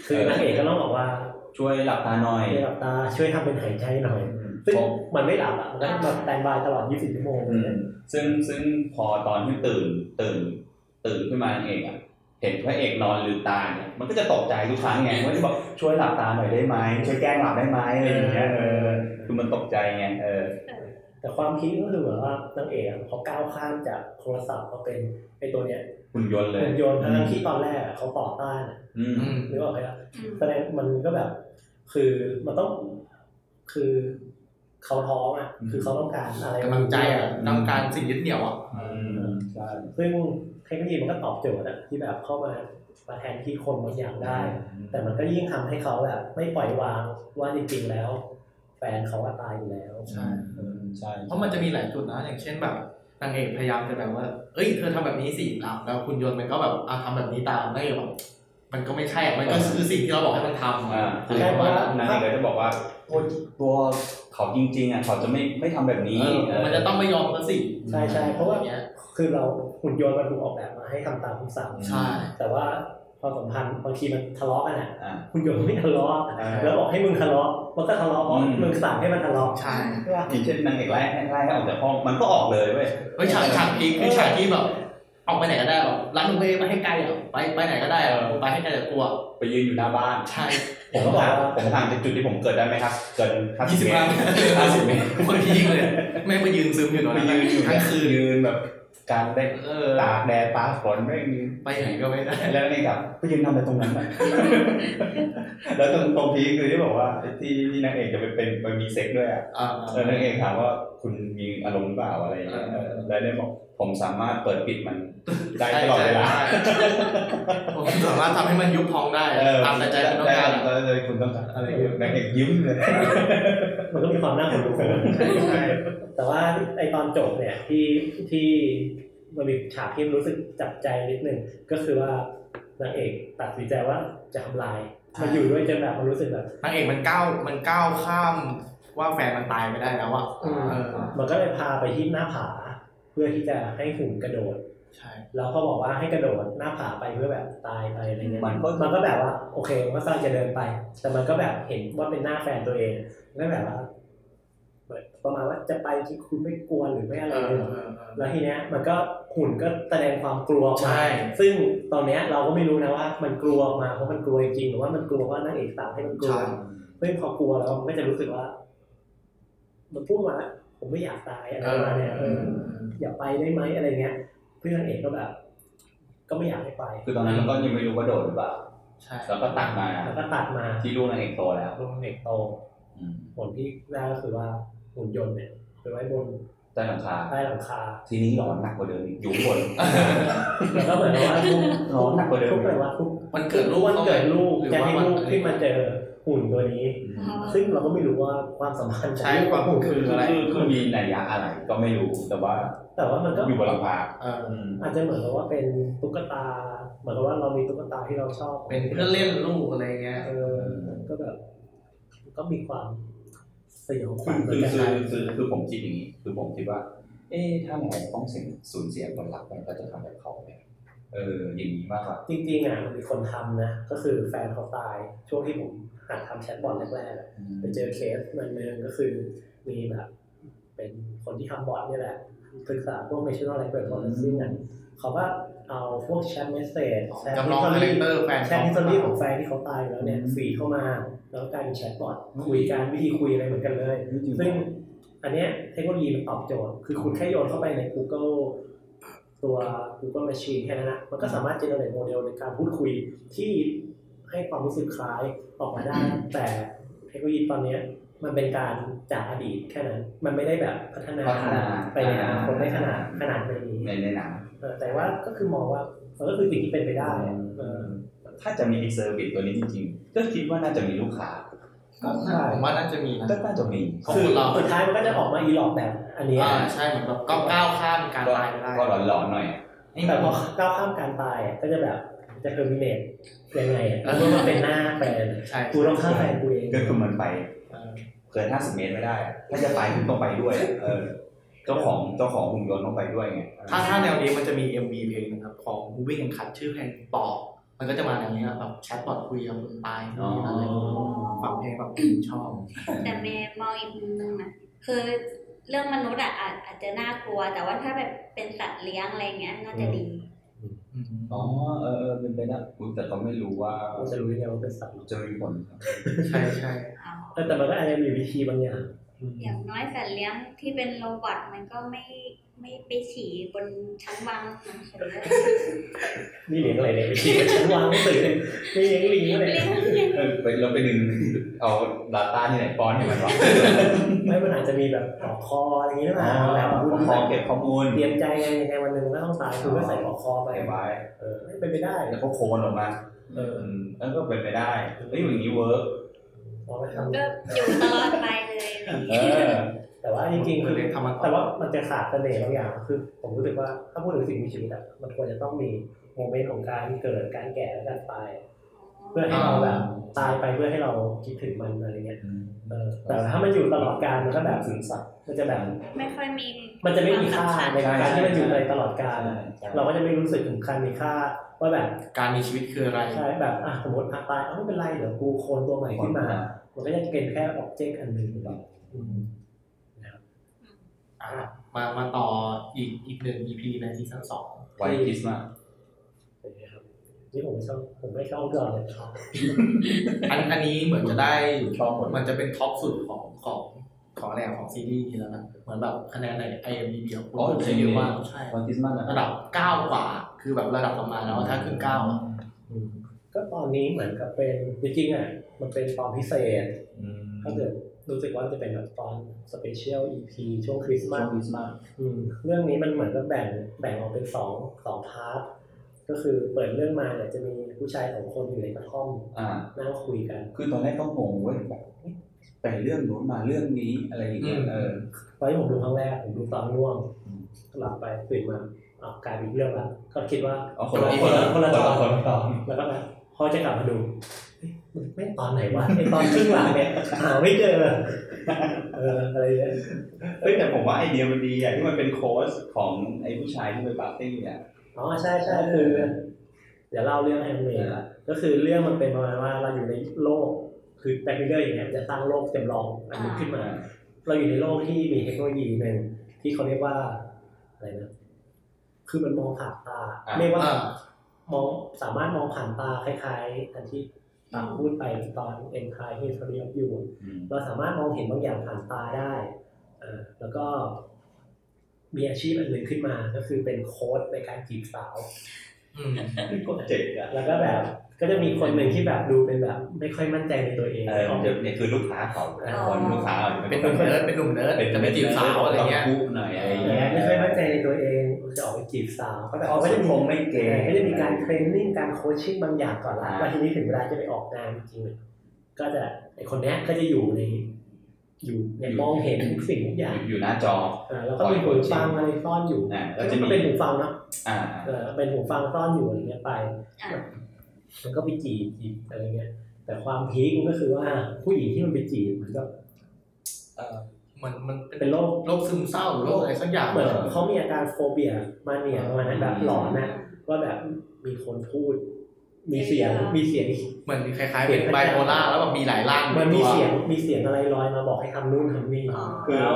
คือนางเอกก็ต้องบอกว่า
ช่วยหลับตาหน่อย
ไม่หลับตาช่วยทำเป็นหายใจหน่อย ซึ่ง
ผม
มันไม่หลับอ่ะมันก็แบบแตนบายตลอด 24 ชั่วโมงเล
อื
ย
มซึ่งซึ่งพอตอนที่ตื่นตื่น ตื่นขึ้นมานางเองอ่ะ เห็นพระเอกนอนลืมตาเนี่ยมันก็จะตกใจทุกครั้งไงมันก็จะบอกช่วยหลับตาหน่อยได้ไหมช่วยแกล้งหลับได้ไหมอะไรอย่างเงี้ยเออคือมันตกใจไงเออ
แต่ความคิดก็คือเหมือนว่านางเอกอะเขาก้าวข้ามจากโทรศัพท์มาเป็นไอ้ตัวเนี้ย
หุ่นยนต์เลย
หุ่นยนต์ทั้งที่ตอนแรกอะเขาต่อต้านอะ
อืม
นึกออกไหมล่ะ
อืม
แสดงมันก็แบบ คือมันต้องคือเขาท้องอ่ะ
อืม
คือเขาต้องการอะไร
กำลังใจอ่ะต้องการสิ่งยึดเหนี่ยวอ่ะ
อืมใช่
ซึ่งเทคโนโลยีมันก็ตอบโจทย์อะที่แบบเข้ามามาแทนที่คนบางอย่างได้ แต่มันก็ยิ่งทำให้เขาแบบไม่ปล่อยวางว่าจริงๆแล้ว แฟนเขาอะตายอยู่แล้ว
ใช่
อืมใช่
เพราะมันจะมีหลายจุดนะ อย่างเช่นแบบนางเอกพยายามจะแบบว่า เอ้ย เธอทำแบบนี้สิอ่ะแล้วคุณยนต์มันก็แบบอ่ะทำแบบนี้ตามไม่แบบมันก็ไม่ใช่อ่ะมันก็คือสิ่งที่เราบอกให้มันทำ
อ่า
อ่ะ
คือเพราะว่านางเอกก็จะบอกว่าโอ๊ยตัวเขาจริงๆอ่ะเขาจะไม่ไม่ทำแบบนี้
เออมันจะต้องไม่ยอมก็สิ
ใช่ใช่เพราะว่า
อย่งเงี้ย
คือเราหุ่นยนต์มันถูกออกแบบมาให้ทำตามคำสั่ง
ใช่
แต่ว่าความสัมพันธ์บางทีมันทะเลาะกันอะ
อ่า
หุ่นยนต์ไม่ทะเลาะ
อ่า
แล้วบอกให้มึงทะเลาะมันก็ทะเลาะเพราะ
อืม
มึงสั่งให้มันทะเลาะ
ใช่
อย่างเช่นนางเอกไล่ไล่ให้ออกจากห้องมันก็ออกเลยเว้ย
เฮ้ยฉากฉากพีคคือฉากที่แบบออกไปไหนก็ได้หรอกร้านเวไปให้ไกลอ่ะไปไปไหนก็ได้อ่ะไปให้ไกลจากกลัว
ไปยืนอยู่หน้าบ้าน
ใช่
ผมก็บอกว่าผมห่างจากจุดที่ผมเกิดได้ไหมครับ เกินห้าสิ
ยี่
บ
สิบ
เม
ห้า
ตรห้าสิบเมตร
คนพีคเลยไม่งไปยืนซึมอยู่ตรง
ไป
นั้น
ยืนอยู่
ทั้งคืน
ยืนแบบกลางแดด
เออ
ตากแดดฟ้าฝนไม่ง
ไปไหนก็ไม่ได้
แล้วนี่กลับไปยืนทำอะไรตรง
[LAUGHS]
นั้นน่ะ แล้วตรงตรงพีคคือที่บอกว่าที่ที่นางเอกจะไปเป็นไปมีเซ็กด้วยอ่ะ
อ่า
แล้วนางเอกถามว่าคุณมีอารมณ์หรือเปล่าอะไรอย่างเงี้ย
เออ
เออแล้วเนี่ยบอกผมสามารถเปิดปิดมัน
[LAUGHS]
ได้ตลอดเวลา
ใช่ใช่ผมสามารถทำให้มันยุบพองได้
เออ
ตามแต่ใจคุณต้องการอะ
ได้ตามใจคุณต้องการอะไรอย่างเงี้ยนางเอกยิ้มเลย [LAUGHS]
มันก็มีความน่าขนลุก [LAUGHS] นะ
ใช่
แต่ว่าไอตอนจบเนี่ยที่ที่มันมีฉากที่รู้สึกจับใจนิดหนึ่งก็คือว่านางเอกตัดสินใจว่าจะทำลายมันอยู่ด้วยจนแบบมันรู้สึกแบบ
นางเอกมันก้าวมันก้าวข้ามว่าแฟนมันตายไปได้แล้วอ่ะ
อืม
เออ
มันก็เลยพาไปที่หน้าผา เพื่อที่จะให้หุ่นกระโดด
ใช่
แล้วก็บอกว่าให้กระโดดหน้าผาไปเพื่อแบบตายไปอะไรเงี้ย
มันก็
มันก็แบบว่าโอเคมันก็ตั้งจะเดินไป แต่มันก็แบบเห็นว่าเป็นหน้าแฟนตัวเองก็แบบว่าเหมือนประมาณว่าจะไปที่คุณไม่กลัวหรือไม่อะไรเลยเหรอ แล้วทีเนี้ยมันก็หุ่นก็แสดงความกลัวออก
ใช่
มาซึ่งตอนเนี้ยเราก็ไม่รู้นะว่ามันกลัวออกมาเพราะมันกลัวจริงๆหรือว่ามันกลัวว่านางเอกสาวให้มันกลัว
ใช่
ซึ่งพอกลัวแล้วมันก็จะรู้สึกว่า มันพูดมาแล้วผมไม่อยากตายอะไร
เอ
ประ
อ
มาณเนี้ย
เอ
เออ
อ
อย่าไปได้ไหมอะไรเงี้ยเพื่อนนางเอกก็แบบ ก็ไม่อยากให้ไป
คือตอนนั้นเราก็ยังไม่รู้ว่าโดดหรือเปล่า
ใช่
เราก็ตัดมา
แล้วก็ตัดมา
ที่ลูกนางเอกโตแล้ว
ลงนางเอกโต
อืม
ผลที่ได้ก็คือว่าหุ่นยนต์เนี่ยไปไว้บน
ใต้หลังคา
ใต้หลัง
[LAUGHS]
คา
ทีนี้หลอนหนักกว่าเดิมอีกอยู่ข้างบน
แล้วก็เหมือนกับว่าทุก
ร้อนหนักกว่าเดิม
ทุกอะไรวะทุก
มันเกิดลูก
วันเกิดลูก
หรือ
จะ
ว่า
ให้
มัน
ลูกที่มาเจอหุ่นตัวนี้ ซึ่งเราก็ไม่รู้ว่าความสัมพันธ์
ใช้
ลูก
[LAUGHS] ความคืออะไร
คือคือมีนัยยะอะไรก็ไม่รู้แต่ว่า
แต่ว่ามันก็
อยู่บนหลังคา
เออ
อืม
อาจจะเหมือนกับว่าเป็นตุ๊กตา เหมือนกับว่าเรามีตุ๊กตาที่เราชอบ
เป็นเพื่อนเล่นลูกอะไรเงี้ย
เออก็แบบก็มีความสยองขวั
คือ
ญเหมื
คื
อน
อ
กัน
คือ
นะ
คือคือผมคิดอย่างนี้ คือผมคิดว่า เอ๊ะถ้าเราต้องเสียสูญเสียคนรักไปก็จะทำแบบเขาไหมเออ อย่างนี้มากกว่า
จริงๆอ่ะมันมีคนทำนะ ก็คือแฟนเขาตาย ช่วงที่ผมหัดทำแชทบอทแรกๆอะ ไปเจอเคสหนึ่งก็คือมีแบบ เป็นคนที่ทำบอร์ดเนี่ยแหละศึกษาพวก national language processing อ่ะเขาก็เอาพวกแชทเมสเซจแชท
จำลองคาแรคเตอร์แฟน
แชทฮิสตอรีของแฟนที่เขาตายไปแล้วเนี่ยฟีดเข้ามา แล้วก็กลายเป็นแชทบอทคุยกันวิธีคุยอะไรเหมือนกันเลย ซึ่งอันเนี้ยเทคโนโลยีมันตอบโจทย์ คือคุณแค่โยนเข้าไปใน Google ตัว Google Machine แค่นั้นนะมันก็สามารถ generate โมเดลในการพูดคุยที่ให้ความรู้สึกคล้ายออกมาได้ แต่เทคโนโลยีตอนเนี้ยมันเป็นการจากอดีตแค่นั้น มันไม่ได้แบบพัฒนา
พัฒนา
ไปในอนาคตไม่ขนาดขนาดในนี้
ในในหนัง
เออแต่ว่าก็คือมองว่ามันก็คือสิ่งที่เป็นไปได้อะเออ
ถ้าจะมีเซอร์วิสตัวนี้จริงๆ ก็คิดว่าน่าจะมีลูกค้า
ก็
ใช่
ผมว่าน่าจะมีนะ
ก็น่าจะมี
ของ
คือ
คนเรา
สุดท้ายมันก็จะออกมาอีหลอกแบบอันเนี้ย
อ่าใช่เหมือนแบบก้าวก้าวข้ามการตายไปได้
ก็หลอนๆหน่อย
นี่แบ
แต่
บ
พอ
ว่า
ก้าวข้ามการตายอะก็จะแบบจะเทอร์มิเนตยังไงอะเมื่อมันเป็นหน้าแฟน
ใช่
กูต้องฆ่าแฟนกูเอง
ก็คือมันไป
เออ
เกิน 50 เมตรไม่ได้ ถ้าจะไปคุณต้องไปด้วย เออ เจ้าของเจ้าของหุ่นยนต์ต้องไปด้วยไง
ถ้าถ้าแนวนี้มันจะมี MV เพลงนะครับ ของ Moving and Cut ชื่อเพลงปอบมันก็จะมาแนวนี้ครับแบบแชทบอทคุยกับคนตาย
อ๋อ
อะไรอย่างเงี้ยฟังเพลงแบบช
[LAUGHS]
อบ
แต่เมย์มองอีกมุมหนึงนะคือเรื่องมนุษย์อะอาจอาจจะน่ากลัว แต่ว่าถ้าแบบเป็นสัตว์เลี้ยงอะไรเงี้ยน่าจะดี
อืม
อ๋อเออเออเป็นไปได้อุ๊ยแต่เขาไม่รู้ว่า
เราจะรู้ได้ไงว่าเป็นสัตว์หรอก
จะมีผลครับ
ใช่ใช่
เอา
แต่แต่มันก็อาจจะมีวิธีบางอย่างอืม
อย่างน้อยสัตว์เลี้ยงที่เป็นโรบอทมันก็ไม่ไม่ไปฉี่บนชั้นวางหนังสือ
นี่เลี้ยงอะไรเนี่ยวิธีเป็นชั้นวางหนังสือนี่เลี้ยงลิงอะไร
เลี้
เนี่ยย
งเลี้ยง
เออไปเราไปดึงเอาดาต้าที่ไหนป้อนให้มันวะ
ไม่มันอาจจะมีแบบต่อคออะไรอย่างงี้หรือเปล่าแบบ
ข้อมูลเก็บข้อมูล
เตรียมใจไงยังไงวันหนึ่งมันก็ต้องตายคือก็ใส่ต่อคอไป
เก็บไว้
เออไม่เป็นไปได้
แล้วก็โคนออกมา
เออ
มเออก็เป็นไปได้เอ้ยอย่างนี้เวิร์ก
เพราะมันทำ
ก็อยู่ตลอดไปเลย
เออ
แต่ว่าจริงๆ
เห
คื
มือน
อ
เรียกธรรมะ
แต่ว่ามันจะขาดเสน่ห์บางอย่างคือ ผมรู้สึกว่าถ้าพูดถึงสิ่งมีชีวิตอะมันควรจะต้องมีโมเมนต์ของการเกิดการแก่และการตาย เพื่อให้เราแบบตายไปเพื่อให้เราคิดถึงมันอะไรเงี้ยเออแต่ถ้ามันอยู่ตลอดกาลมันก็แบบ
ถึงสัตว์
มันจะแบบ
ไม่ค่อยมี
มันจะไม่มีค่า
สำญ
ในการที่มันอยู่ในตลอดกาล
ใช่
อะ
ใช่
เราก็จะไม่รู้สึกถึงคันมีค่าว่าแบบ
การมีชีวิตคืออะไร
ใช่แบบอ่ะสมมติอ่ะตายเอาไม่เป็นไรเดี๋ยวกูโคลนตัวใหม่ขึ้นมา มันก็ยังเป็นแค่ออบเจกต์อันหนึ่งแบบอืม
อ่ะมามาต่ออีกอีกหนึ่ง EP ในซีซั่นสอง
ไวคิสมา
เป็นไงครับนี่ผมไม่ชอบผมไม่ชอบก่อนเลยชอบ
อันอันนี้เหมือนจะได้
ชอบหมด
มันจะเป็นท็อปสุดของของของแนวของซีรีส์นี้แล้วนะเหมือนแบบคะแนนใน IMDb ของคุณจะเยอะมากใช่
ไวคิสมานะ
ระดับ 9 กว่า คือแบบระดับประมาณแล้วถ้าขึ้น9อ่ะ
อืมก็ตอนนี้เหมือนกับเป็นจริงๆอ่ะมันเป็นตอนพิเศษ
อืม
ถ้าเกิดรู้สึกว่าจะเป็นแบบตอนสเปเชียล EP ช่วงคริสต์
ช
มา
อ
ส
บคิสมา
อืมเรื่องนี้มันเหมือนกับแบ่งแบ่งออกเป็นสองสองพาร์ทก็คือเปิดเรื่องมาเนี่ยจะมีผู้ชายสองคนอยู่ในกระท่อม
อ่า
นั่งคุยกัน
คือตอนแรกต้องงงเว้ยแบบเอ๊ะไปเรื่องนู้นมาเรื่องนี้อะไรอย่างเงี้ยเออ
ตอนที่ผมดูครั้งแรกผมดูตอนง่วง
อืม
หลับไปตื่นมาอ้าวกลายเป็นอีกเรื่องละก็คิดว่า
เอาคนละคนละ
คนละตอน
คนละตอน
แล้วก็แบบพอจะกลับมาดูเอ๊ะไม่งตอนไหนวะไอตอนครึ่งหลังเนี่ยหาไม่เจอเอออะไรเงี้ย
เฮ้ยแต่ผมว่าไอเดียมันดีอะที่มันเป็นโค้ชของไอผู้ชายที่ไปปาร์ตี้เนี่ย
อ๋อใช่ใช่คือ เดี๋ยวเล่าเรื่องแอนิเมะละก็คือเรื่องมันเป็นประมาณว่าเราอยู่ในโลก คือแบ็คมิเดอร์อย่างเงี้ยมันจะสร้างโลกจำลองอันนี้ขึ้นมา เราอยู่ในโลกที่มีเทคโนโลยีหนึ่งที่เขาเรียกว่าอะไรนะคือมันมองผ่านตาเรียกว่า
อ่าม
องสามารถมองผ่านตาคล้ายๆอันที่ตามพูดไปตอน entire history of you
อืม
เราสามารถมองเห็นบางอย่างผ่านตาได้เอ่อแล้วก็มีอาชีพอันหนึ่งขึ้นมา ก็คือเป็นโค้ดในการจีบสาว
อืม
ก็เจ๋งอะ
แล้วก็แบบ ก็จะมีคนหนึ่งที่แบบดูเป็นแบบ ไม่ค่อยมั่นใจในตัวเอง
เออเดี๋ยวเนี่ยคือลูกค้าเขานะคนลูกค้าอาจจะ
เป็นหนุ่มเนิร์ดเป็นหนุ่มเนิร์ดจะไปจีบสาวอะไรเงี้ย
ต้คุกหน่อยอะไร
เออ
เงี้
ย ไม่ค่อยมั่นใจในตัวเองจะออกไปจีบสาวก็แต่
เขา
เขา
ก็
ก็
จะ
จะ
ค
มี
งไม่เก่ง
ก็จะมีการเทรนนิ่งการโคชชิ่งบางอย่างก่อนละ
อ่า
แล้วทีนี้ถึงเวลาจะไปออกงานจริงๆก็จะไอคนเนี้ยก็จะอยู่ใน อยู่ในมองเห็นทุกสิ่งทุกอย่าง
อยู่หน้าจอ
เออแล้วก็มีหูฟังอะไรซ่อนอยู่
อ่าก็
ก็
จะมี
เป็นหูฟังเนาะ
อ่า
เออเป็นหูฟังซ่อนอยู่อะไรเงี้ยไป
อ่ะ
มันก็ไปจีบจีบอะไรเงี้ย แต่ความพีคมันก็คือว่าผู้หญิงที่มันไปจีบมันก็เออ
เหมือนมันเป็น
เป็นโรค
โรคซึมเศร้าหรือโรคอะไรสักอย่าง
เหมือนเขามีอาการโฟเบียมาเนียประมาณนั้นแบบหลอนนะว่าแบบมีคนพูด มีเสียงมีเสียง
เหมือนคล้ายๆเป็นไบโพล่าแล้วแบบมีหลายร่าง
มันมี
ตัว
เสียงมีเสียงอะไรลอยมาบอกให้ทำนู่นทำนี่
อ่า
คือ
แล้ว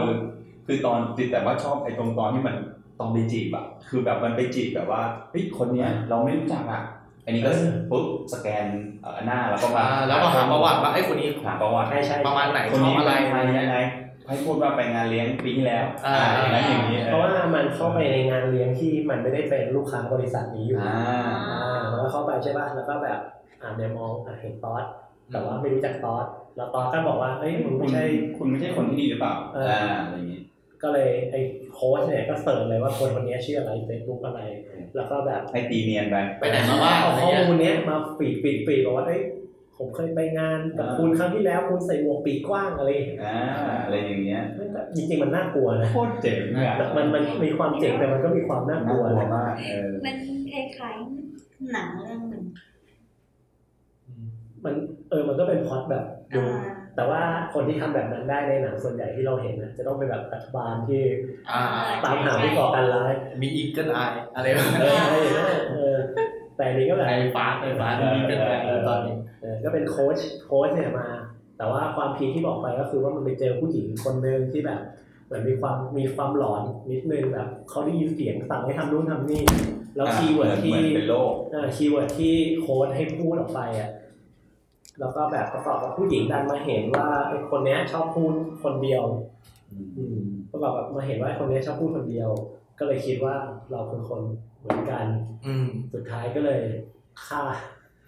คือตอนจิตแต่ว่าชอบไอ้ตรงตอนที่มันตอนไปจีบอะคือแบบมันไปจีบแบบว่าเฮ้ยคนเนี้ยเราไม่รู้จักอะอันนี้ก็ปุ๊บสแกนเอ่อหน้าแล้วก็มา
อ่าแล้วก็หาประวัติว่าไอ้คนนี้
หาประวัติ
ใช่ใช่
ประมาณไหน
คน
ชอบ
นี้
อะไร
ใครยังไงให้พูดว่าไปงานเลี้ยงปีที่แล้ว
อ่า
อย่างนั้นอย่างนี้
เพราะว่ามันเข้าไปในงานเลี้ยงที่มันไม่ได้เป็นลูกค้าบริษัทนี้อยู่
อ่า
อ่าแล้วเข้าไปใช่ป่ะ แล้วก็แบบอ่าเดี๋ยวมองอ่ะเห็นตอสแต่ว่าไม่รู้จักตอสแล้วตอสก็บอกว่า เอ้ยมึง
คุณ
ไม่ใช่
คุณไม่ใช่คนที่ดีหรือเปล่า
เอออ่
อ่าอะไรอย่างนี้
ก็เลยไอ้โค้ชเนี่ยก็เสิร์ชเลยว่าคนคนนี้ชื่ออะไรเฟซบุ๊กอะไร
อืม
แล้วก็แบบ
ให้ตีเนียนไป
ไปไหนมาบ้าง
เอา
อะไร
ข้อ
เงี้ย
มูลเนี้ยมาปีดปีดปีดบอกว่า เอ้ยผมเคยไปงานกับคุณครั้งที่แล้วคุณใส่หมวกปีกกว้างอะไรอย่างเงี้ย
อ่าอะไรอย่างเงี้ย
มันก็จริงๆมันน่ากลัวนะ
โคตรเจ๋งเลยอะ
มันมันมีความเจ๋งแต่มันก็มีความน่าก
น่า
ลัว
กลัว
นะ
มากเออ
มันคล้ายๆหนังเรื่องหนึ่ง
มันเออมันก็เป็นพล็อตแบบดู
อ่า
แต่ว่าคนที่ทำแบบนั้นได้ในหนังส่วนใหญ่ที่เราเห็นนะจะต้องเป็นแบบรัฐบาลที่
อ่า
ตามหาผู้ก่อการร้าย
มีอีเกิลไออะไร
เอออะไรอย่างเงี้ยเออแต่อันนี้ก็แบบ
[LAUGHS] ไอฟ้าไอฟ้ามีอีเกิลไอตอนนี้
เออก็เป็นโค้ชโค้ชเนี่ยมา แต่ว่าความพีคที่บอกไปก็คือว่ามันไปเจอผู้หญิงคนหนึ่งที่แบบเหมือนมีความมีความหลอนนิดนึงแบบเขาได้ยินเสียงสั่งให้ทำนู่นทำนี่ แล้วคีย์เวิร์ดที่
หมือนเป็นโลก
คีย์เวิร์ดที่โค้ดให้พูดออกไปอ่ะ แล้วก็แบบประกอบกับผู้หญิงดันมาเห็นว่าไอ้คนเนี้ยชอบพูดคนเดียว อืมประกอบกับมาเห็นว่าไอ้คนเนี้ยชอบพูดคนเดียว ก็เลยคิดว่าเราคือคนเหมือนกัน
อืม
สุดท้ายก็เลยฆ่า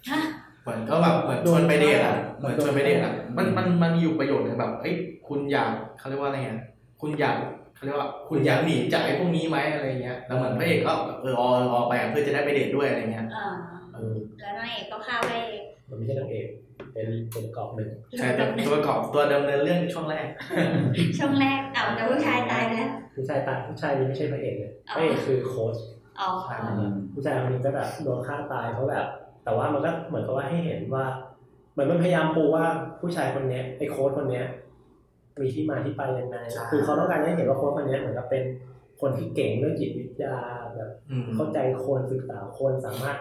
ฮะ
เหมือนก็แบบเหมือนชวนไปเดทอะเหมือนชวนไปเดทอะมันมันมันมีอยู่ประโยชน์หนึ่งแบบ เอ้ยคุณอยากเขาเรียกว่าอะไรเงี้ยคุณอยากเขาเรียกว่า คุณอยากหนีจากไอ้พวกนี้ไหมอะไรเงี้ยแล้วเหมือนพระเอกก็แบบเออออออไปอะเพื่อจะได้ไปเดทด้วยอะไรเงี้ย
อ่า
เออ
แล้วนางเอกก็ฆ่าพระเอก
มันไม่ใช่นางเอกเป็นตัวประกอบหนึ่ง
ใช่แต่ตัวประกอบตัวดำเนินเรื่องในช่วงแรก
ช่วงแรกเอาแต่ผู้ชายตายแล้ว
ผู้ชายตายผู้ชายนี่ไม่ใช่พระเอกเลย
อ๋
พ
อ
ระเอกคือโค้ช
อ๋อ
ผู้ชายคนนี้ก็แบบโดนฆ่าตายเพราะแบบ แต่ว่ามันก็เหมือนกับว่าให้เห็นว่าเหมือนมันพยายามปูว่าผู้ชายคนเนี้ยไอ้โค้ชคนเนี้ยมีที่มาที่ไปยังไง
ใช่
คือเขาต้องการให้เห็นว่าโค้ชคนเนี้ยเหมือนกับเป็นคนที่เก่งเรื่องจิตวิทยาแบบ
อืม
เข้าใจคนศึกษาคนสามารถ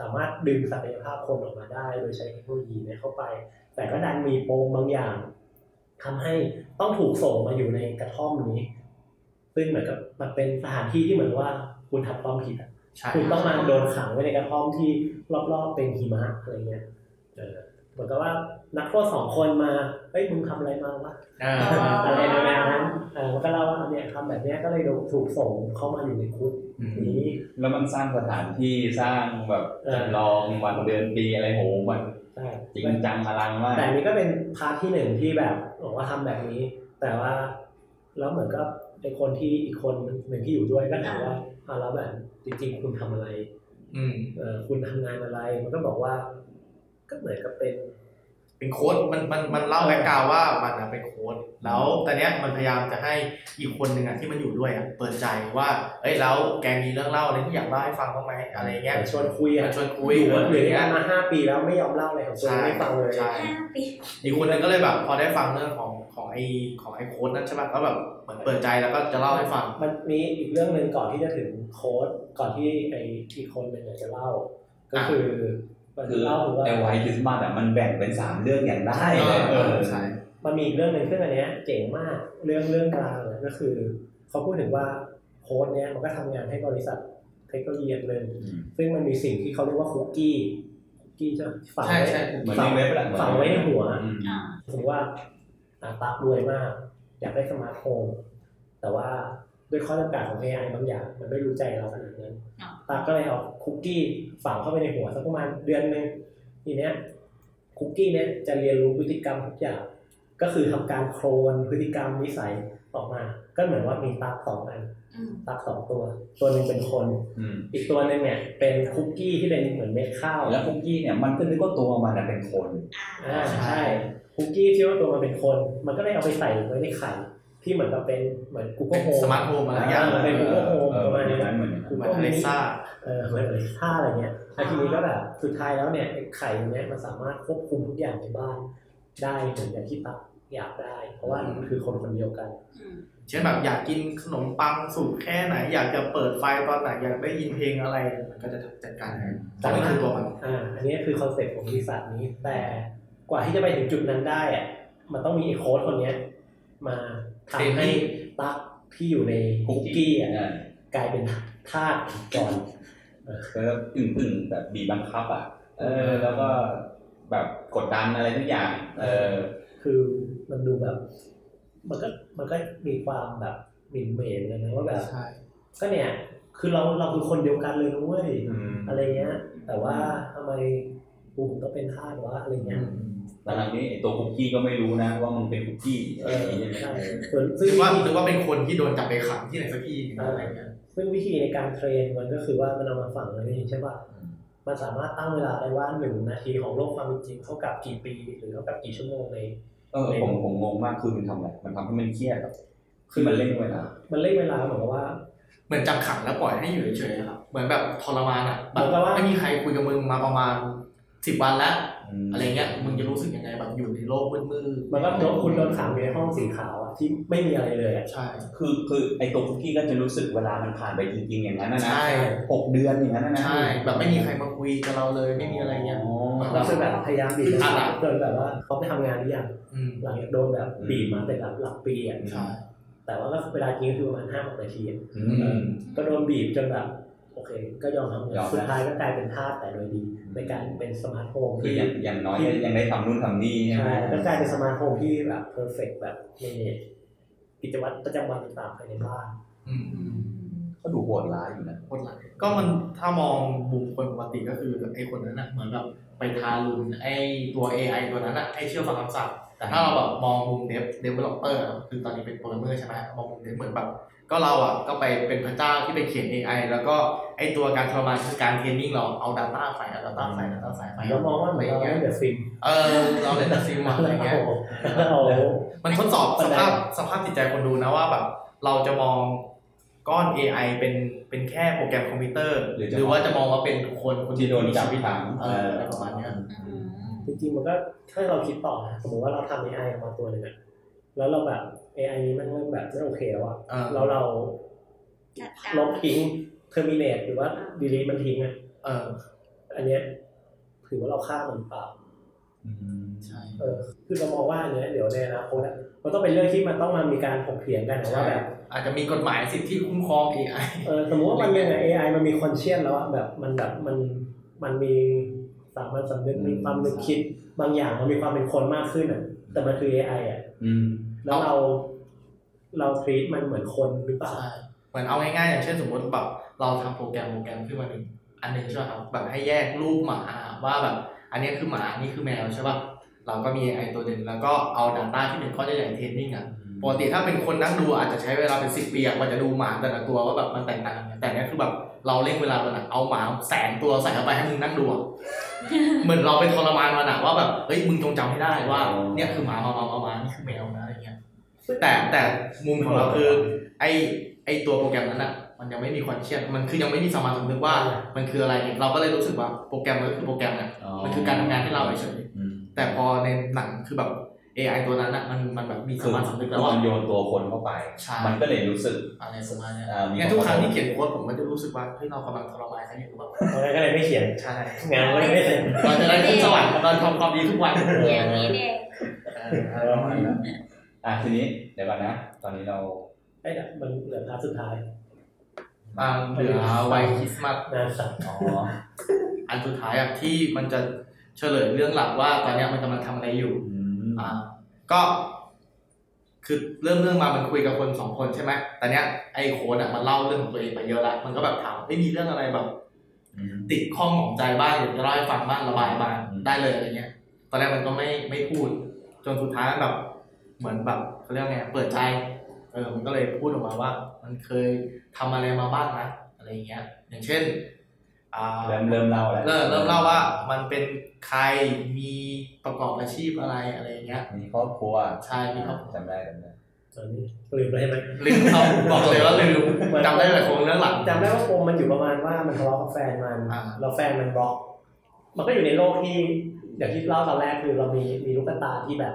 สามารถดึงศักยภาพคนออกมาได้ โดยใช้เทคโนโลยีเนี่ยเข้าไป แต่ก็ดันมีปมบางอย่างทำให้ต้องถูกส่งมาอยู่ในกระท่อมนี้ ซึ่งเหมือนกับมันเป็นสถานที่ที่เหมือนว่าคุณทำความผิดอะ
ใช่
คุณต้องมาโดนขังไว้ในกระท่อมที่รอบๆเป็นหิมะอะไรเงี้ยเออเหมือนกับว่านักโทษสองคนมาเฮ้ยมึงทำอะไรมาวะ
อ่า
อะไรแนวๆนั้นเออมันก็เล่าว่าเนี่ยทำแบบเนี้ยก็เลยถูกส่งเข้ามาอยู่ในคุก
อืม
นี้
แล้วมันสร้างสถานที่สร้างแบบจำลองวันเดือนปีอะไรโหมัน
ใช่
จริงจังอลังมาก
แต่อันนี้ก็เป็นพาร์ทที่หนึ่งที่แบบบอกว่าทำแบบนี้ แต่ว่าแล้วเหมือนก็ไอคนที่อีกคนหนึ่งที่อยู่ด้วยก็ถามว่าอ่าแล้วแบบจริงๆ คุณทำอะไร
อืม
เออคุณทำงานอะไร มันก็บอกว่า ก็เหมือนกับเป็น
เป็นโค้ดมันมันมันเล่าแบ็กกราวด์ว่ามันอะเป็นโค้ดแล้วตอนเนี้ยมันพยายามจะให้อีกคนหนึ่งอะที่มันอยู่ด้วยอะเปิดใจว่าเอ้ยแล้วแกมีเรื่องเล่าอะไรที่อยากเล่าให้ฟังบ้างไหมอะไรเงี้ย
ชวนคุยอะ
ชวนคุย
อยู่
ห
ว่าอยู่
รื
ด้ว
ออย่า
ยกั
งเงี้
น
ย
มาห้าปีแล้วไม่ยอมเล่าอะไรของตัวเองไม่ฟังเลย
ใช่
ห้าปี
อีกคนหนึงก็เลยแบบพอได้ฟังเรื่องของของไอ้ของไอ้โค้ดนั้นใช่ป่ะก็แบบเหมือนเปิดใจแล้วก็จะเล่าให้ฟัง
มันมีอีกเรื่องหนึ่งก่อนที่จะถึงโค้ดก่อนที่ไออีกคนหนึ่งเนี่ยจะเล่า ก็คือมัน
คือ
เล่าถึงว่า
ไอไวท์คริสต์มาสอ่ะมันแบ่งเป็นสามเรื่องอย่างได้เลย
เอ
เอ
อ
อ
ใช่
มันมีอีกเรื่องหนึ่งซึ่งอันเนี้ยเจ๋งมากเรื่องเรื่องกลางเนี่ยก็คือ เขาพูดถึงว่าโค้ดเนี้ยมันก็ทำงานให้บริษัทเทคโนโลยีอันหนึ่งซึ่งมันมีสิ่งที่เขาเรียกว่าคุกกี้คุกกี้จะฝัง
ใช่
ไว้
ใช่
เหมือนในเว็บแหละ
ฝังไว้ในหัว
อืม
อ่า
สมมติว่าอาตักรวยมาก อยากได้สมาร์ทโฟนแต่ว่าด้วยข้อจำกัดของ AI บางอย่าง มันไม่รู้ใจเราขนาดนั้นตาก็เลยเอาคุกกี้ฝังเข้าไปในหัวสักประมาณเดือนหนึ่งทีเนี้ยคุกกี้เนี้ยจะเรียนรู้พฤติกรรมทุกอย่าง ก็คือทำการโคลนพฤติกรรมนิสัยออกมา ก็เหมือนว่ามีตักสองอัน
อืม
ตักสองตัว ตัวหนึ่งเป็นคน
อืม
อีกตัวหนึ่งเนี่ยเป็นคุกกี้ที่เป็นเหมือนเม็ดข้าว
แล้วคุกกี้เนี่ยมันก็นึกว่าตัวมันอะเป็นคน
อ่า
อ่าใช่คุกกี้ที่ว่าตัวมันเป็นคน มันก็เลยเอาไปใส่ไว้ในไข่ที่เหมือนกับเป็นเหมือนกูเกิ
เป็
ล
น
โฮ
สมาร์ทโฮมอะไรอย่างเงี้ย
าเป็น Google Home
เออ
ประมาณนั้น
เหมือนกั
เหมือนอเล็กซ่า
เออเหมือนอะไรท่าอะไรเงี้ยแล้วทีนี้ก็แบบสุดท้ายแล้วเนี่ยไอ้ไข่ตรงเนี้ยมันสามารถควบคุมทุกอย่างในบ้านได้เหมือนอย่างที่ตั๊กอยากได้ เพราะว่า
อืม
คือคนคนเดียวกัน
อืม
เช่นแบบอยากกินขนมปังสูตรแค่ไหน อยากจะเปิดไฟล์ตอนไหนอยากได้ยินเพลงอะไรมันก็จะจัดการให้แต่นี่คือตัวมัน
อ่า อันนี้คือคอนเซ็ปต์ของบริษัทนี้ แต่กว่าที่จะไปถึงจุดนั้นได้อะมันต้องมีไอ้โค้ดคนเนี้ยมาทำให้ตั๊กที่อยู่ในคุกกี้อ่ะ
อ่าก
ลายเป็นทาสของจอน
แล้วอึ่งอึ่งๆแบบบีบบังคับอ่ะเออแล้วก็แบบกดดันอะไรทุกอย่าง เออ
คือมันดูแบบ มันก็มันก็มีความแบบหมิ่นเหม่เลยนะว่าแบบ
ใช่
ก็เนี่ย คือเราเราคือคนเดียวกันเลยนะเว้ย
อืม
อะไรเงี้ย แต่ว่าทำไมกูถึงต้องเป็นทาสวะอะไรเงี้ย
แล้วทางนี้ไอ้ตัวคุกกี้ก็ไม่รู้นะว่ามึงเป็นคุกกี้
เออ
ใช่
ใช่
ไหม
ส่วน
ห
ซึ่ง
รือว่าหรือว่าเป็นคนที่โดนจับไปขังที่ไหนสักที่หนึ่งอะไรเงี้ย
ซึ่งวิธีในการเทรนมันก็คือว่ามันเอามาฝังไว้ในนี้ใช่ป่ะ มันสามารถตั้งเวลาได้ว่าหนึ่งนาทีของโลกความเป็นจริงเท่ากับกี่ปี หรือเท่ากับกี่ชั่วโมงใน
เออผมผมงงมากคือมันทำอะไรมันทำให้มันเครียดเหรอคือมันเล่นเวลา
มันเล่นเวลาเหมือนกับว่า
เหมือนจับขังแล้วปล่อยให้อยู่เฉยๆอะครับ เหมือนแบบทรมานอ่ะ
เห
แบ
มือนกับว่า
บไม่มีใครคุยกับมึงมาประมาณสิบวันแล้ว
ม
อะไรเงี้ย มึงจะรู้สึกยังไงแบบอยู่ในโลกมืดๆ
มันก็โดนคุณโดนขังอยู่ในห้องสีขาวอะที่ไม่มีอะไรเลยอะ
ใช่
คือคือไอ้ตัวคุกกี้ก็จะรู้สึกเวลามันผ่านไปจริงๆอย่างนั้นนะนะ
ใช่
หกเดือนอย่างนั้นนะนะ
ใช่ แบบไม่มีใครมาคุยกับเราเลยไม่มีอะไรเงี้ย
อ๋อ
แล้วคือแบบพยายามบีบ
อ่ะ
จนแบบว่าเขาไปทำงานหรือยัง
อืม
หลังจากโดนแบบบีบมาเป็นหลักหลักปีอะ
ใช่
แต่ว่าก็เวลาจริงก็คือประมาณห้าหกนาทีอะ
อื
อื
ม
ม
ก็โดนบีบจนแบบ โอเค ก็ยอมทำ
ยอมนะ
สุดท้ายก็กลายเป็นทาสแต่โดยดี ในการเป็นสมาร์ทโฮม
คืออย่างอย่างน้อยยังได้ทำนู่นทำนี่ใช่ไหม
ใช่ก็กลายเป็นสมาร์ทโฮมที่แบบเพอร์เฟกแบบเมเนจกิจวัตรประจำวันต่างๆภายในบ้าน
อืมอืม
ก็ดูโหดร้ายอยู่นะ
โคตรหลักก็มันถ้ามองบุคคลปกติก็คือไอ้คนนั้นน่ะเหมือนแบบไปทารุณไอ้ตัว AI ตัวนั้นน่ะให้เชื่อฟังคำสั่ง แต่ถ้าเราแบบมองมุมเดฟเดเวลลอปเปอร์คือตอนนี้เป็นโปรแกรมเมอร์ใช่ไหมมองมุมเดฟเหมือนแบบก็เราอ่ะก็ไปเป็นพระเจ้าที่ไปเขียน AI แล้วก็ไอตัวการทรมานคือการเทรนนิ่งเราเอา Data ใส่เอา Data ใส่ Data ใส่ไป
เรามองว่าเหมือนเราเล่นเดอะฟิล์ม
เออเราเลยตัดสินมาอะไรเงี้ย
เรา
มันทดสอบ
ปั
ส
ญหา
ภาพสภาพจิตใจคนดูนะว่าแบบเราจะมองก้อน AI เป็นเป็นแค่โปรแกรมคอมพิวเตอร์
หรือจะ
หรือว่าจะมองว่าเป็นคนคน
ที่โดนจับ
ที่มีวิต
ขัง
เอออะไรประมาณเนี้ย
อืม
จริงๆมันก็ถ้าเราคิดต่อนะสมมติว่าเราทำ AI ออกมาตัวหนึ่งอะแล้วเราแบบ AI นี้มันเริ่มแบบไม่โอเคแล้วอะ
เออ
แล้วเรา
จัดการ
ลบทิ้งเทอร์มิน e หรือว่าดีลีมันทิ้งอะ
เออ
อันเนี้ยถือว่าเราฆ่ามันหรือเปล่า
ใช่
เออคือเรามองว่าอันเนี้ยเดี๋ยวในอนาคตอะมันต้องเป็นเรื่องที่มันต้องมามีการถกเถียงกันนะว่าแบบ
อาจจะมีกฎหมายสิทธิคุ้มครอง AI
เออสมมติว่ามันเนี่ย AI มันมีคอนเชียนแล้วอะแบบมันแบบมันมันมีสามัญสำนึกมีความนึกคิด บางอย่างมันมีความเป็นคนมากขึ้นอะแต่มันคือ AI อะ
อืม
แล้วเราเราทรีตมันเหมือนคนหรือเปล่า
ใช่เหมือนเอาง่ายๆอย่างเช่นสมมติแบบเราทำโปรแกรมโปรแกรมขึ้นมาหนึ่งอันหนึ่งใช่ป่ะครับแบบให้แยกรูปหมาว่าแบบอันเนี้ยคือหมาอันนี้คือแมวใช่ป่ะเราก็มี AI ตัวหนึ่งแล้วก็เอา Data ที่เป็นข้อใหญ่ๆเทรนนิ่งอะ ปกติถ้าเป็นคนนั่งดูอาจจะใช้เวลาเป็นสิบปีอะกว่าจะดูหมาแต่ละตัวว่าแบบมันแตกต่างกันแต่เนี้ยคือแบบเราเร่งเวลามันอะเอาหมาแสนตัวใส่เข้าไปให้มึงนั่งดูอะเหมือนเราไปทรมานมันอะว่าแบบเฮ้ยมึงจงจำให้ได้ว่า
อ๋อ
เนี่ยคือหมามามามามานี่คือแมวนะอะไรเงี้ยแต่แต่มุมของเราคือ ไอไอตัวโปรแกรมนั้นอะมันยังไม่มีความเชี่ยนมันคือยังไม่มีสมารถสำนึกว่ามันคืออะไรเนี่ยเราก็เลยรู้สึกว่าโปรแกรมมันก็คือโปรแกรมเนี่ยมันคือการทำงานให้เราเฉย
อืม
ๆแต่พอในหนังคือแบบ AI ตัวนั้นอะมันมันแบบมีสมารถสำนึกแล้ว
มั
อะ
นโยนตัวคนเข้าไป
ใช่
มันก็เลยรู้สึก
อะไรประมาณเนี้ย
อ่ามี
เนี่ยทุกครั้งที่เขียนโค้ดผมก็จะรู้สึกว่าเฮ้ยเรากำลังทรมานเขาอยู่หรือเปล่า
ตอนนั้นก็เลยไม่เขียน
ใช่
งานก็เลย
[LAUGHS]
ไม่เสร็จ
เราจะได้ขึ้นสวรรค์เราทำความดีทุกวัน
อย่างนี้เด็ก
เออประมาณนั้น
อ่ะทีนี้เดี๋ยวก่อนนะ ตอนนี้เรา
ไอ้ยแต่มันเหลือพาร์ทสุดท้าย
อ่าเหลือไวคริสต์มาส
นานสัตว์
อ๋อ
อันสุดท้ายอ่ะที่มันจะเฉลยเรื่องหลักว่าตอนเนี้ยมันกำลังทำอะไรอยู่
อืม
อ่าก็คือเริ่มเรื่องมามันคุยกับคนสองคนใช่ไหมแต่เนี้ยไอ้โค้ดอ่ะมันเล่าเรื่องของตัวเองไปเยอะละมันก็แบบถามไม่มีเรื่องอะไรแบบ ติดข้องของใจบ้างอยากจะเล่าให้ฟังบ้างระบายบ้าง
อืม
ได้เลยอะไรเงี้ย ตอนแรกมันก็ไม่ไม่พูด จนสุดท้ายแบบ เหมือนแบบเขาเรียกไงเปิดใจ เออมันก็เลยพูดออกมาว่า มันเคยทำอะไรมาบ้างนะอะไรเงี้ย อย่างเช่นอ่า
เริ่มเริ่มเล่าแล้ว
เริ่มเริ่มเล่าว่ามันเป็นใครมีประกอบอาชีพอะไรอะไรเงี้ย
มีครอบครัว
ใช่มีครอบครัว
จำได้จำได้
ตอนนี้ลืมไปใช่ไหม
ลืมเขาบอกเลยว่าลืมจำได้หลายคนเรื่องหลัง
จำได้ว่าปมมันอยู่ประมาณว่ามันทะเลาะกับแฟนมัน
อ่า
แล้วแฟนมันบล็อก มันก็อยู่ในโลกที่อย่างที่เล่าตอนแรกคือเรามีมีลูกตาที่แบบ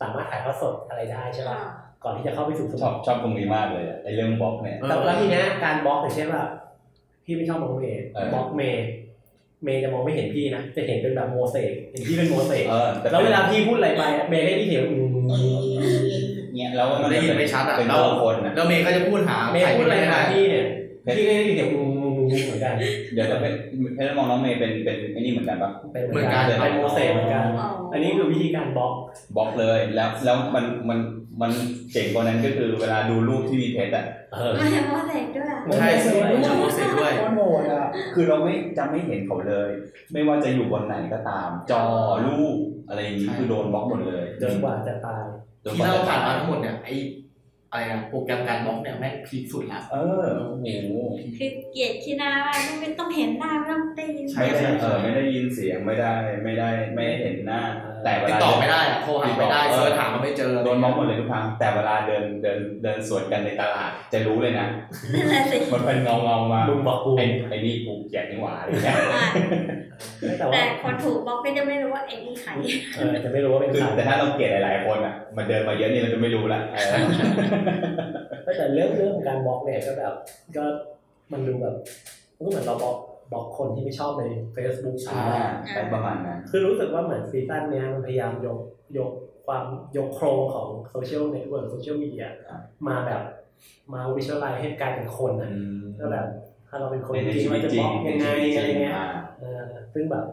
สามารถถ่ายทอดสดอะไรได้ใช่ไหมก่อนที่จะเข้าไปสู่สม
ช
อ
อง บชอบตรงนี้มากเลยอะไอ้เรื่องบล็อกเนี่ย
แต่แล้วทีเนี้ยการบล็อกอย่างเช่นว่าพี่ไม่ชอบบล็อกเมย์
เออ
บล็อกเมย์เมย์จะมองไม่เห็นพี่นะจะเห็นเป็นแบบโมเสกเห็นพี่เป็นโมเสก
เออต่
แล้วเวลาพี่พูดอะไรไปอะเมย์ได้ยินเสียงอืม
เนี่ยแล้วมัน
ได้ยินไม่ชัดอะ
เป็น
แล้
ตัว วคนนะ
แล้วเมย์ก็จะพูดหา
เมย์พูดอะไร
ใค
มา
ม่
พี่เนี่ยพี่ก็ได้ยินเสียงอืมเหมือนกัน
เดี๋ยวจะเป็นเพชรมองน้องเมย์เป็นเป็นไอ้นี่เหมือนกันปะ
เป็นโมเสกเหมือนกัน
อ๋อ
อันนี้คือวิธีการบล็อก
บล็อกเลยแล้วแล้วมันมันมันเจ๋งกว่านั้นก็คือเวลาดูรูปที่มีเพชรอ่ะ
เออ
ไม่ใช่โมเสกด้วย
ใช่สิพูดถึงโมเสกด้วย
โคตรโหดอ่ะคือเราไม่จะไม่เห็นเขาเลย ไม่ว่าจะอยู่บนไหนก็ตาม จอรูปอะไรอย่างนี้
ใช่
คือโดนบล็อกหมดเลย
จนกว่าจะตาย
จนก
ที่
ว่า
เรา
จะ
ผ่านมาทั้งหมดเนี่ยไออะไรนะโปรแกรมการบล็อกเนี่ยแม่งพีคสุดละ
เออโอ้โห
คือเกลียดขี้หน้ามากไม่ต้องเห็นหน้าไม่ต้องได้ยิน
ใช่
ไม่
ใช่
ได้เอ
ใช่
อไม่ได้ยินเสียงไม่ได้ไม่ได้ไม่ได้เห็นหน้า แต่เว
ติด
ลา
ต่อไม่ได้อะโทรหาไม่ได้เสิร์ชหาก็ไม่เจอ
โดนมองหมดเลยทุกครั้งแต่เวลาเดินเดินเดินสวนกันในตลาด จะรู้เลยนะ
นั่นแหละสิ
มันเป็นเงาเงาๆมา
ลุงบอกกู
ไอ้ไอ้นี่กูเกลียดนี่หว่าอะไรเงี้ย
อ่ะ
แต่ว่า
แต่คนถูกบล็อกก็จะไม่รู้ว่าไอ้นี่ใคร
เออจะไม่รู้ว่าเป็น
คือ
ใคร
แต่ถ้าเราเกลียดหลายๆคนอ่ะ มันเดินมาเยอะนี่เราจะไม่รู้ละเออ
แต่เรื่องเรื่องของการบล็อกเนี่ยก็แบบก็มันดูแบบมันก็เหมือนเราบล็อกบล็อกคนที่ไม่ชอบใน Facebook ใช่
อ่า
ไหม
ได้ประมาณนั้น
คือรู้สึกว่าเหมือนซีซั่นเนี้ยมันพยายามยกยกความยกโครงของโซเชียลเน็ตเวิร์กโซเชียลมีเดียมาแบบมาวิชวลไลให้กลายเป็นคนนะ
อืม
ก็แบบท ถ้าเราเป็นคน
ใน
จ
ใน
ริง
ชีวิ
ว่า
ต
จะ
จริ
บ
ง
ล็อกยังไงอะไรเงี้ย
อ่า
เออซึ่งแบบ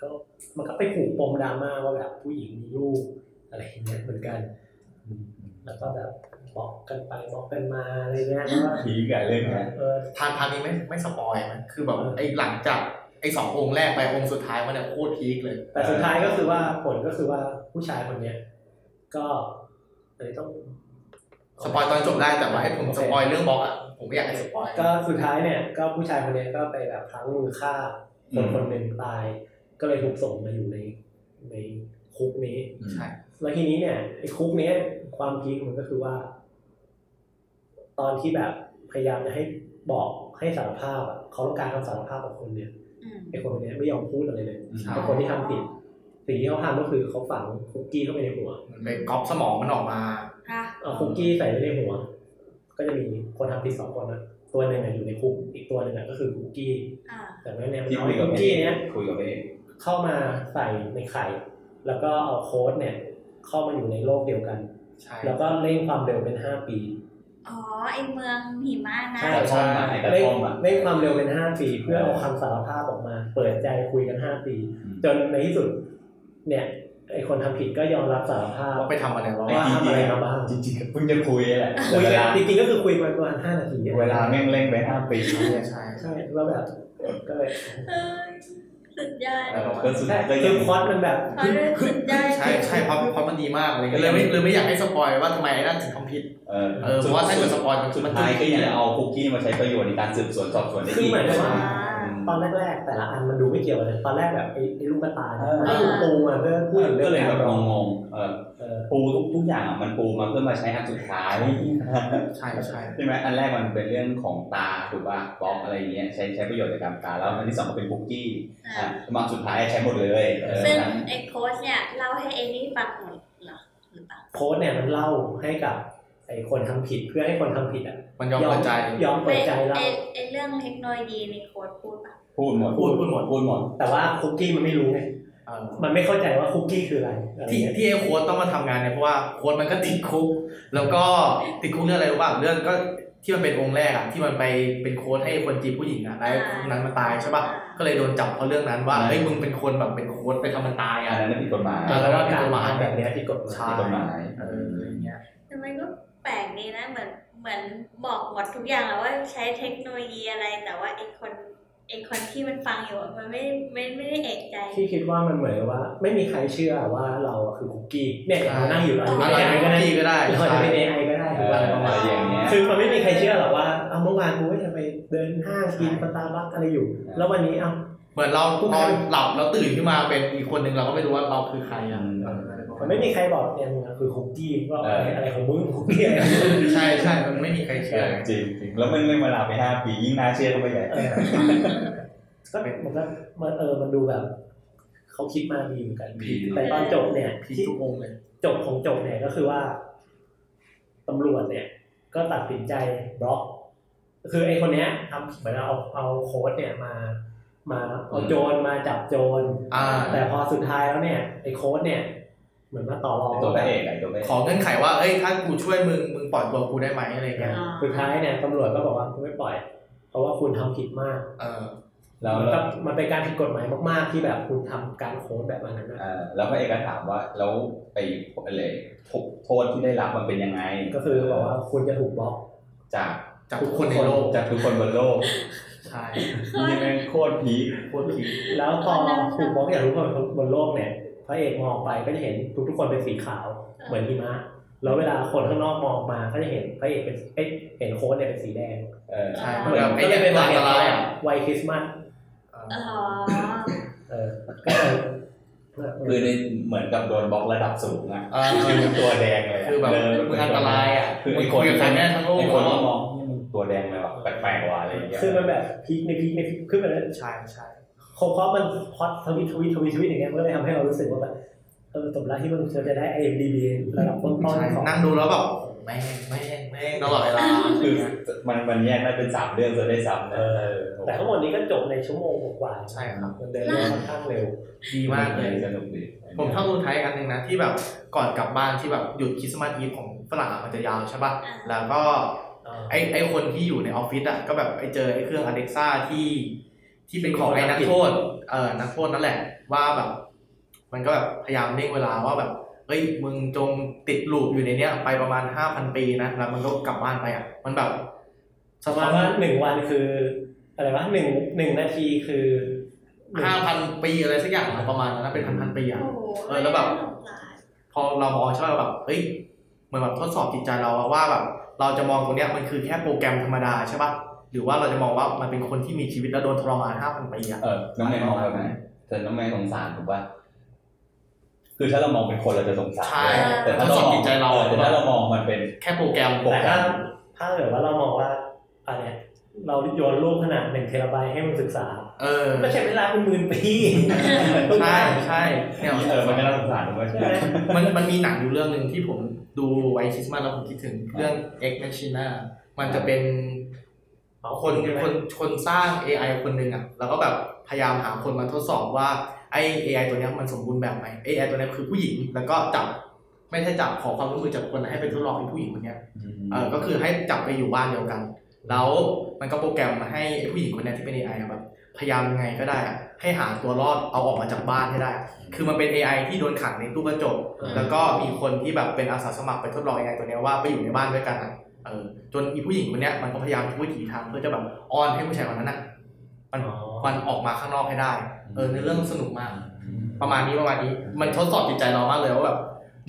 ก็มันก็ไปผูกปมดราม่าว่าแบบผู้หญิงมีลูกอะไรอย่างเงี้ยเหมือนกัน แล้วก็แบบบอกกันไปบอกกันมาอะไรเงี้ยแล้วก็
ผีกันเล่นกัน
เออ
พาร์ทพาร์ทนี้ไม่ไม่สปอยไหมคือแบบไอ้หลังจากไอ้สององค์แรกไปองค์สุดท้ายมันเนี่ยโคตรพีคเลย
แต่สุดท้ายก็คือว่าผลก็คือว่าผู้ชายคนเนี้ยก็เลยต้อง
สปอยตอนจบได้แต่ว่าให้ผมสปอยเรื่องบล็อกอ่ะผมไม่อยากให้สปอย
ก็สุดท้ายเนี่ยก็ผู้ชายคนเนี้ยก็ไปแบบพลั้งมือฆ่าคนคนหนึ่งตาย ก็เลยถูกส่งมาอยู่ในในคุกนี้
ใช่
แล้วทีนี้เนี่ยไอ้คุกเนี้ยความพีคมันก็คือว่า ตอนที่แบบพยายามจะให้บอกให้สารภาพอะเขาต้องการคำสารภาพของคนเนี่ย
อืม
ไอ้คนคนเนี้ยไม่ยอมพูดอะไรเลย
ครับ
แต่คนที่ทำผิดสิ่งที่เขาทำก็คือเขาฝังคุกกี้เข้าไปในหัว
มันไปก๊อปสมองมันออกมา
อ่ะ
เอาคุกกี้ใส่ไว้ในหัว ก็จะมีคนทำผิดสองคนนะตัวหนึ่งอะอยู่ในคุกอีกตัวหนึ่งอะก็คือคุกกี้
อ่ะ
แต่ว่าเนี่ยมัน
ที่
เอา
คุยกับ
คุก
เอ
กี้
ก
เนี้ย
คุยกับเอก
เข้ามาใส่ในไข่ แล้วก็เอาโค้ดเนี่ย เข้ามาอยู่ในโลกเดียวกัน
ใช่
แล้วก็เร่งความเร็วเป็นห้าปี
อ๋อไอเมืองหิมะนะ
ใช่
กระท่อมอ่ะไอ้กระ
เร่ง
ท่อมอ่ะ
เร่งความเร็วเป็นห้าปี เพื่อเอาคำสารภาพออกมา เปิดใจคุยกันห้าปี จนในที่สุด เนี่ยไอคนทำผิดก็ยอมรับสารภาพ
ว่าไปทำอะไรวะ
ไอ้จริงๆ
จริงๆเพิ่งจะคุยแหละ
คุย
เว
กั
ลาน
จริงๆก็คือคุยกันประมาณห้านาทีอะ
เวลาแม่งเล่นไปห้าปี
ใช่ใช่
ใช่แล้วแบบก็เลย
เอ้ยสุดยอด
เออ
ก็สุด
ใช่
ท้ายก็
คื
ยั
อง พล็อดมันแบบ
เขาเรื่องสุดยอด
ใช่ใช่เพราะเพราะมันดีมากเลยเลยไม่เลยไม่อยากให้สปอยว่าทำไมนั่นถึงทำผิด
เออ
เออเพราะว่าถ้าเกิดสปอยมัน
สุด
มัน
ท้ายก็ยังเอาคุกกี้มาใช้ประโยชน์ในการสืบสวนสอบสวนได้
คือ
ดี
เหมือนว่า
อืม
ตอนแรกๆ แต่ละอันมันดูไม่เกี่ยวเลยตอนแรกแบบไอ้ไอ้ลูกกระตายเนี่ยมัน
เออ
ถูกปูมาเพื่อพูดถึงเรื่
ก็
อง
เลยแบบ
การ
งงๆเออ
เออ
ปูทุกทุกอย่างอ่ะมันปูมาเพื่อมาใช้อันสุดท้าย
ใช่ใช่
ใช่ไหมอันแรกมันเป็นเรื่องของตาถูกป่ะบล็อกอะไรอย่างเงี้ยใช้ใช้ประโยชน์จากการตาแล้วอันที่สองก็เป็นคุกกี้
อ่ะ
อ่ะมาสุดท้ายใช้หมดเลยเออ
ซึ่ง
นั้น
ไอโค้ชเนี่ยเล่าให้เอมี่ฟังหมดเหรอหรือเปล่า
โค้ดเนี่ยมันเล่าให้กับไอ้คนทำผิดเพื่อให้คนทำผิดอ่ะ
มันยอมเปิดใจ
ยอมเปิดใจ
ไอ
เล่า
ไอเรื่องเทคโนโลยีในโค้ชพูดป่ะ
พูดหมด
พูดพูดหมด
พูดหมด
แต่ว่าคุกกี้มันไม่รู้ไง
เออ
มันไม่เข้าใจว่าคุกกี้คืออะไรอะไร
ที่
เงี้ย
ที่ไอ้โค้ดต้องมาทำงานเนี่ยเพราะว่าโค้ดมันก็ติดคุก แล้วก็ติดคุกเรื่องอะไรรู้ป่ะเรื่องก็ที่มันเป็นองค์แรกอ่ะที่มันไปเป็นโค้ดให้คนจีบผู้หญิงอ่ะแล้วไอ้คนนั้นมาตายใช่ป่ะก็เลยโดนจับเพราะเรื่องนั้นว่า
ใช่
เฮ้ยมึงเป็นคนแบบเป็นโค้ดไปทำมันตาย
อั
อ่ะ
นนั้นผิดกฎหมาย
เออ
แล้วก็การมาแบบเนี้ยที่กฎหมาย
ผิดกฎหมาย
เอออะไรเงี้ย
แต่มันก็แปลกดีนะเหมือนเหมือนบอกหมดทุกอย่างแล้วว่าใช้เทคโนโลยีอะไรแต่ว่าไอคนไอคนที่มันฟังอยู่อะมันไม่ไม่ไม่ได้เอกใจ
ที่คิดว่ามันเหมือนว่า ไม่มีใครเชื่อว่าเราอะคือคุกกี้เนี่ยเรานั่งอยู่เรา
ใช่
อะไร
เป็น AI ก็ได้
ก็
เราจะ
ได้ใช่
เป็น AI ก็ได้
เอ
ถูกป่ะ
อประมาณอย่างเงี้ย
คือมันไม่มีใครเชื่อหรอกว่าเอาเมื่อวานกูก็จะไปเดินห้างกินสตาร์บัคอะไรอยู่
ใช่
แล้ววันนี้เอา
เหมือนเรา
ทุก
น
ค
อน
น
หลับเราตื่นขึ้นมาเป็นอีกคนหนึ่งเราก็ไม่รู้ว่าเราคือใครอ่ะ
อืม
เอออะรประาณ
มั
นั้น
ไม่มีใครบอกเนี่ยมึงอะคือคุกกี้ว่า
เอออ
อะไรของมึงคุกกี้อะไรของมึง
ใช่ใช่มันไม่มีใคร
เอ
เชื่อ
อจริงจริงแล้วมันเล่นเวลาไปห้าปียิ่งน่าเชื่อเข้าไปใหญ่
เออก็เป็นมันก็มันเออมันดูแบบเขาคิดมาดีเหมือนกัน
ดี
แต่ตอนจบเนี่ย
พีค
ที่
ทุกองค์เลย
จบของจบเนี่ยก็คือว่าตำรวจเนี่ย ก็ตัดสินใจบล็อก คือไอคนเนี้ยทำเหมือนเอาเอาโค้ดเนี่ยมา มาเอาโจรมาจับโจร
อ่า
แต่พอสุดท้ายแล้วเนี่ยไอโค้ดเนี่ย เหมือนมาต่อรอง
ตัวพระเอกไอ้ตัวพระเอก
ขอเงื่อนไขว่า เอ้ย ถ้ากูช่วยมึง มึงปล่อยตัวกูได้ไหมอะไรเงี้ย
สุดท้ายเนี่ยตำรวจก็บอกว่าคุณไม่ปล่อย เพราะว่าคุณทำผิดมาก
เออ
แล้ว
มัน
แล้
ก็
ว
มันเป็นการผิดกฎหมายมาก ๆ ที่แบบคุณทำการโค้ดแบบอันนั้นนะ
เออแล้วพระเอกก็ถามว่าแล้วไอ้อะไรโทษที่ได้รับมันเป็นยังไง
ก็คือบอกว่าคุณจะถูกบล็อก
จาก
จากทุกคนในโลก
จากทุกคนบนโล
[LAUGHS]
ก
ใช่
นี่แม่งโคตรพีค
โคตรพีค
แล้วพอถูกบล็อกอย่างรู้คนบนโลกเนี่ยพระเอกมองไปก็จะเห็นทุกๆคนเป็นสีขาวเหมือนหิมะแล้วเวลาคนข้างนอกมองมาก็จะเห็นพระเอกเป็นเอ๊ะเห็นโค้ดเนี่ยเป็นสีแดง
เออ
ใช่
เหมื
มั
อน นกั
แบบ บไอ้เนี่ยเป็น
วั
อันตรายอ่ะ
วัยคริสต์มาส
เอ
อ๋
อ
อ
เออก็เลยเอ
คือ
อ
ในเหมือนกับโดนบล็อกระดับสูงอะ
เออ
คือตัวแดงเลยะ
คือแบบ
เดิ
มึงอันตรายอ่ะ
คือ
มึ
ไอ้
ง
ค
คุ
น
ยกับใครแม่ได้ทั้งโลก
ไอ้คน
เหร
ก็
อ
มองนี่มึงตัวแดงเลยว่ะแปลกๆว่ะอะไรอย่างเงี้ย
คือมันแบบพีคในพีคในพีคคือมัน
ใช่ใช่
คงเพราะมันพล็อตทวิตทวิตทวิตทวิตอย่างเงี้ยมันก็เลยทำให้เรารู้สึกว่าแบบเออสมแล้วที่มันควรจะได้ IMDb ระดับต้น
ใช่
ๆของ
นั่งดูแล้วแบบแม่งแม่งแม่งตลอดเวลา
คือมันมันแยกได้เป็นสามเรื่องจะได้ซ้ำนะเออ
แต่ทั้งหมดนี้ก็จบในชั่วโมงกว่า
ใช่ครับ
ๆมันเดินเรื่องค่อนข้างเร็ว
ดีมากเลย
สนุกดี
ผมชอบดูไทยอันหนึ่งนะ ที่แบบก่อนกลับบ้านที่แบบหยุดคริสต์มาสอีฟของฝรั่งอะมันจะยาวใช่ป่ะ
อ่ะ
แล้วก็
อ่า
ไอไอคนที่อยู่ในออฟฟิศอ่ะก็แบบไอเจอไอเครื่อง Alexa ที่ที่เป็นของไอนักโทษเออนักโทษนั่นแหละ ว่าแบบ มันก็แบบพยายามเร่งเวลาว่าแบบเอ้ยมึงจงติดลูปอยู่ในเนี้ย ไปประมาณห้าพันปีนะแล้วมันก็กลับบ้านไปอ่ะ มันแบบ
ประมาณว่าหนึ่งวันคืออะไรวะหนึ่งหนึ่งนาทีคือนึ่ง
ห้าพันปีอะไรสักอย่างอะประมาณนั้นนะเป็นพันพันปีอ่ะ
โอ้โห
เออแล้วแบบ
น่าสงสาร
พอเรามองใช่ไหมแบบเฮ้ยเหมือนแบบทดสอบจิตใจเราอะว่าแบบเราจะมองตรงเนี้ยมันคือแค่โปรแกรมธรรมดาใช่ปะหรือว่าเราจะมองว่ามันเป็นคนที่มีชีวิตแล้วโดนทรมานห้าพันปีอะ
เออน้องแมนมองแบบไหนเธอน้องแมนสงสารถูกป่ะคือถ้าเรามองเป็นคนเราจะสงสาร
ใช่
แต่
ท
ถ้า
ด
เรา
สอบ
มอง
จิตใจเรา
ออแต่ถ้าเรามองมันเป็น
แค่โปรแกรม
ปก
แต่
ติ
ถ้าถ้าเกิดว่าเรามองว่าอันเนี้ยเราโยนรูปขนาดหนึ่งเทราไบต์ให้มึงศึกษา
เออ
ก็ใช้เวลาเป็นหมื่นปี
ใช่ใช่เนี่ย
เออมันก็น่าสงสารถูกป่ะ
ใช่ไหม
มันมันมีหนังอยู่เรื่องหนึ่งที่ผมดูไว้คริสต์มาสแล้วผมคิดถึงเรื่อง Ex Machina มันจะเป็น
เอา
คน
ใช่ไหม
คนคนสร้าง AI คนหนึ่งอ่ะ แล้วก็แบบพยายามหาคนมาทดสอบว่าไอ AI ตัวเนี้ยมันสมบูรณ์แบบไหม AI ตัวเนี้ยคือผู้หญิง แล้วก็จับไม่ใช่จับขอความร่วมมือจากคนให้เป็นทดลองเป็นผู้หญิงคนเนี้ยเออก็คือให้จับไปอยู่บ้านเดียวกัน แล้วมันก็โปรแกรมมาให้ไอ้ผู้หญิงคนเนี้ยที่เป็น AI อะแบบพยายามยังไงก็ได้อะให้หาตัวรอดเอาออกมาจากบ้านให้ได้ คือมันเป็น AI ที่โดนขังในตู้กระจก
อืม
แล้วก็มีคนที่แบบเป็นอาสาสมัครไปทดลอง AI ตัวเนี้ยว่าไปอยู่ในบ้านด้วยกันอะเออจนอีผู้หญิงคนเนี้ยมันก็พยายามทุกวิถีทางเพื่อจะแบบอ้อนให้ผู้ชายคนนั้นอ่ะมัน
อ๋อ
มันออกมาข้างนอกให้ได้ เออในเรื่องสนุกมาก ประมาณนี้ประมาณนี้ มันทดสอบจิตใจเรามากเลยว่าแบบ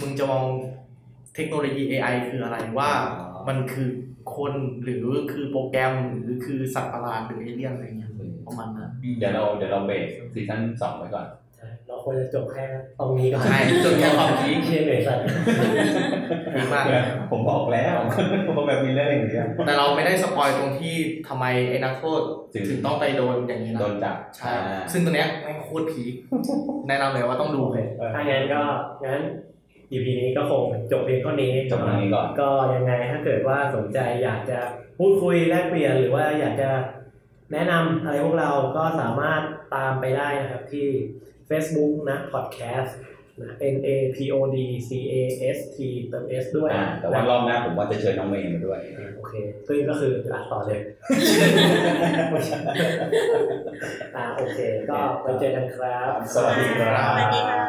มึงจะมองเทคโนโลยี AI คืออะไรว่า มันคือคนหรือคือโปรแกรมหรือคือสัตว์ประหลาดหรือเอเลี่ยนอะไรเงี้ยประมาณนั้น
เดี๋ยวเราเดี๋ยวเราเบรกซีซั่นสองไว้ก่อน
ใช่เราควรจะจบแค่ตรงนี้ก่อน
ใช่จนแค่ความคิด
เชียร์เหนื่อยสัตว์
ดีมาก
ผมบอกแล้ว [LAUGHS] ว่าแบบนี้เรื่องอย่างเงี้ย
แต่เราไม่ได้สปอยตรงที่ทำไมไอ้นักโทษถึงต้องไปโดนอย่างนี้นะ
โดนจับ
ใช่
อ่า
ซึ่งตัวเนี้ยแม่งโคตร [LAUGHS] ผีคแนะนำเลยว่าต้องดู
โอเคถ้างั้นก็งั้น EP นี้ก็คงจบเพียงเท่านี้
จบตรงนี้ก่อน
ก็ยังไงถ้าเกิดว่าสนใจอยากจะพูดคุยแลกเปลี่ยนหรือว่าอยากจะแนะนำอะไรพวกเราก็สามารถตามไปได้นะครับที่ Facebook นะ Podcast นะ N A P O D C A S T เติม S ด้วย
อ่าแต่ว่ารอบหน้าผมว่าจะเชิญน้องเมย์มาด้วย
อ่าโอเค ซึ่งก็คืออ่ะต่อเลยอ่าโอเค ก็ไปเจอกันครับ
สวัสดีครับ
สวัสดีค่ะ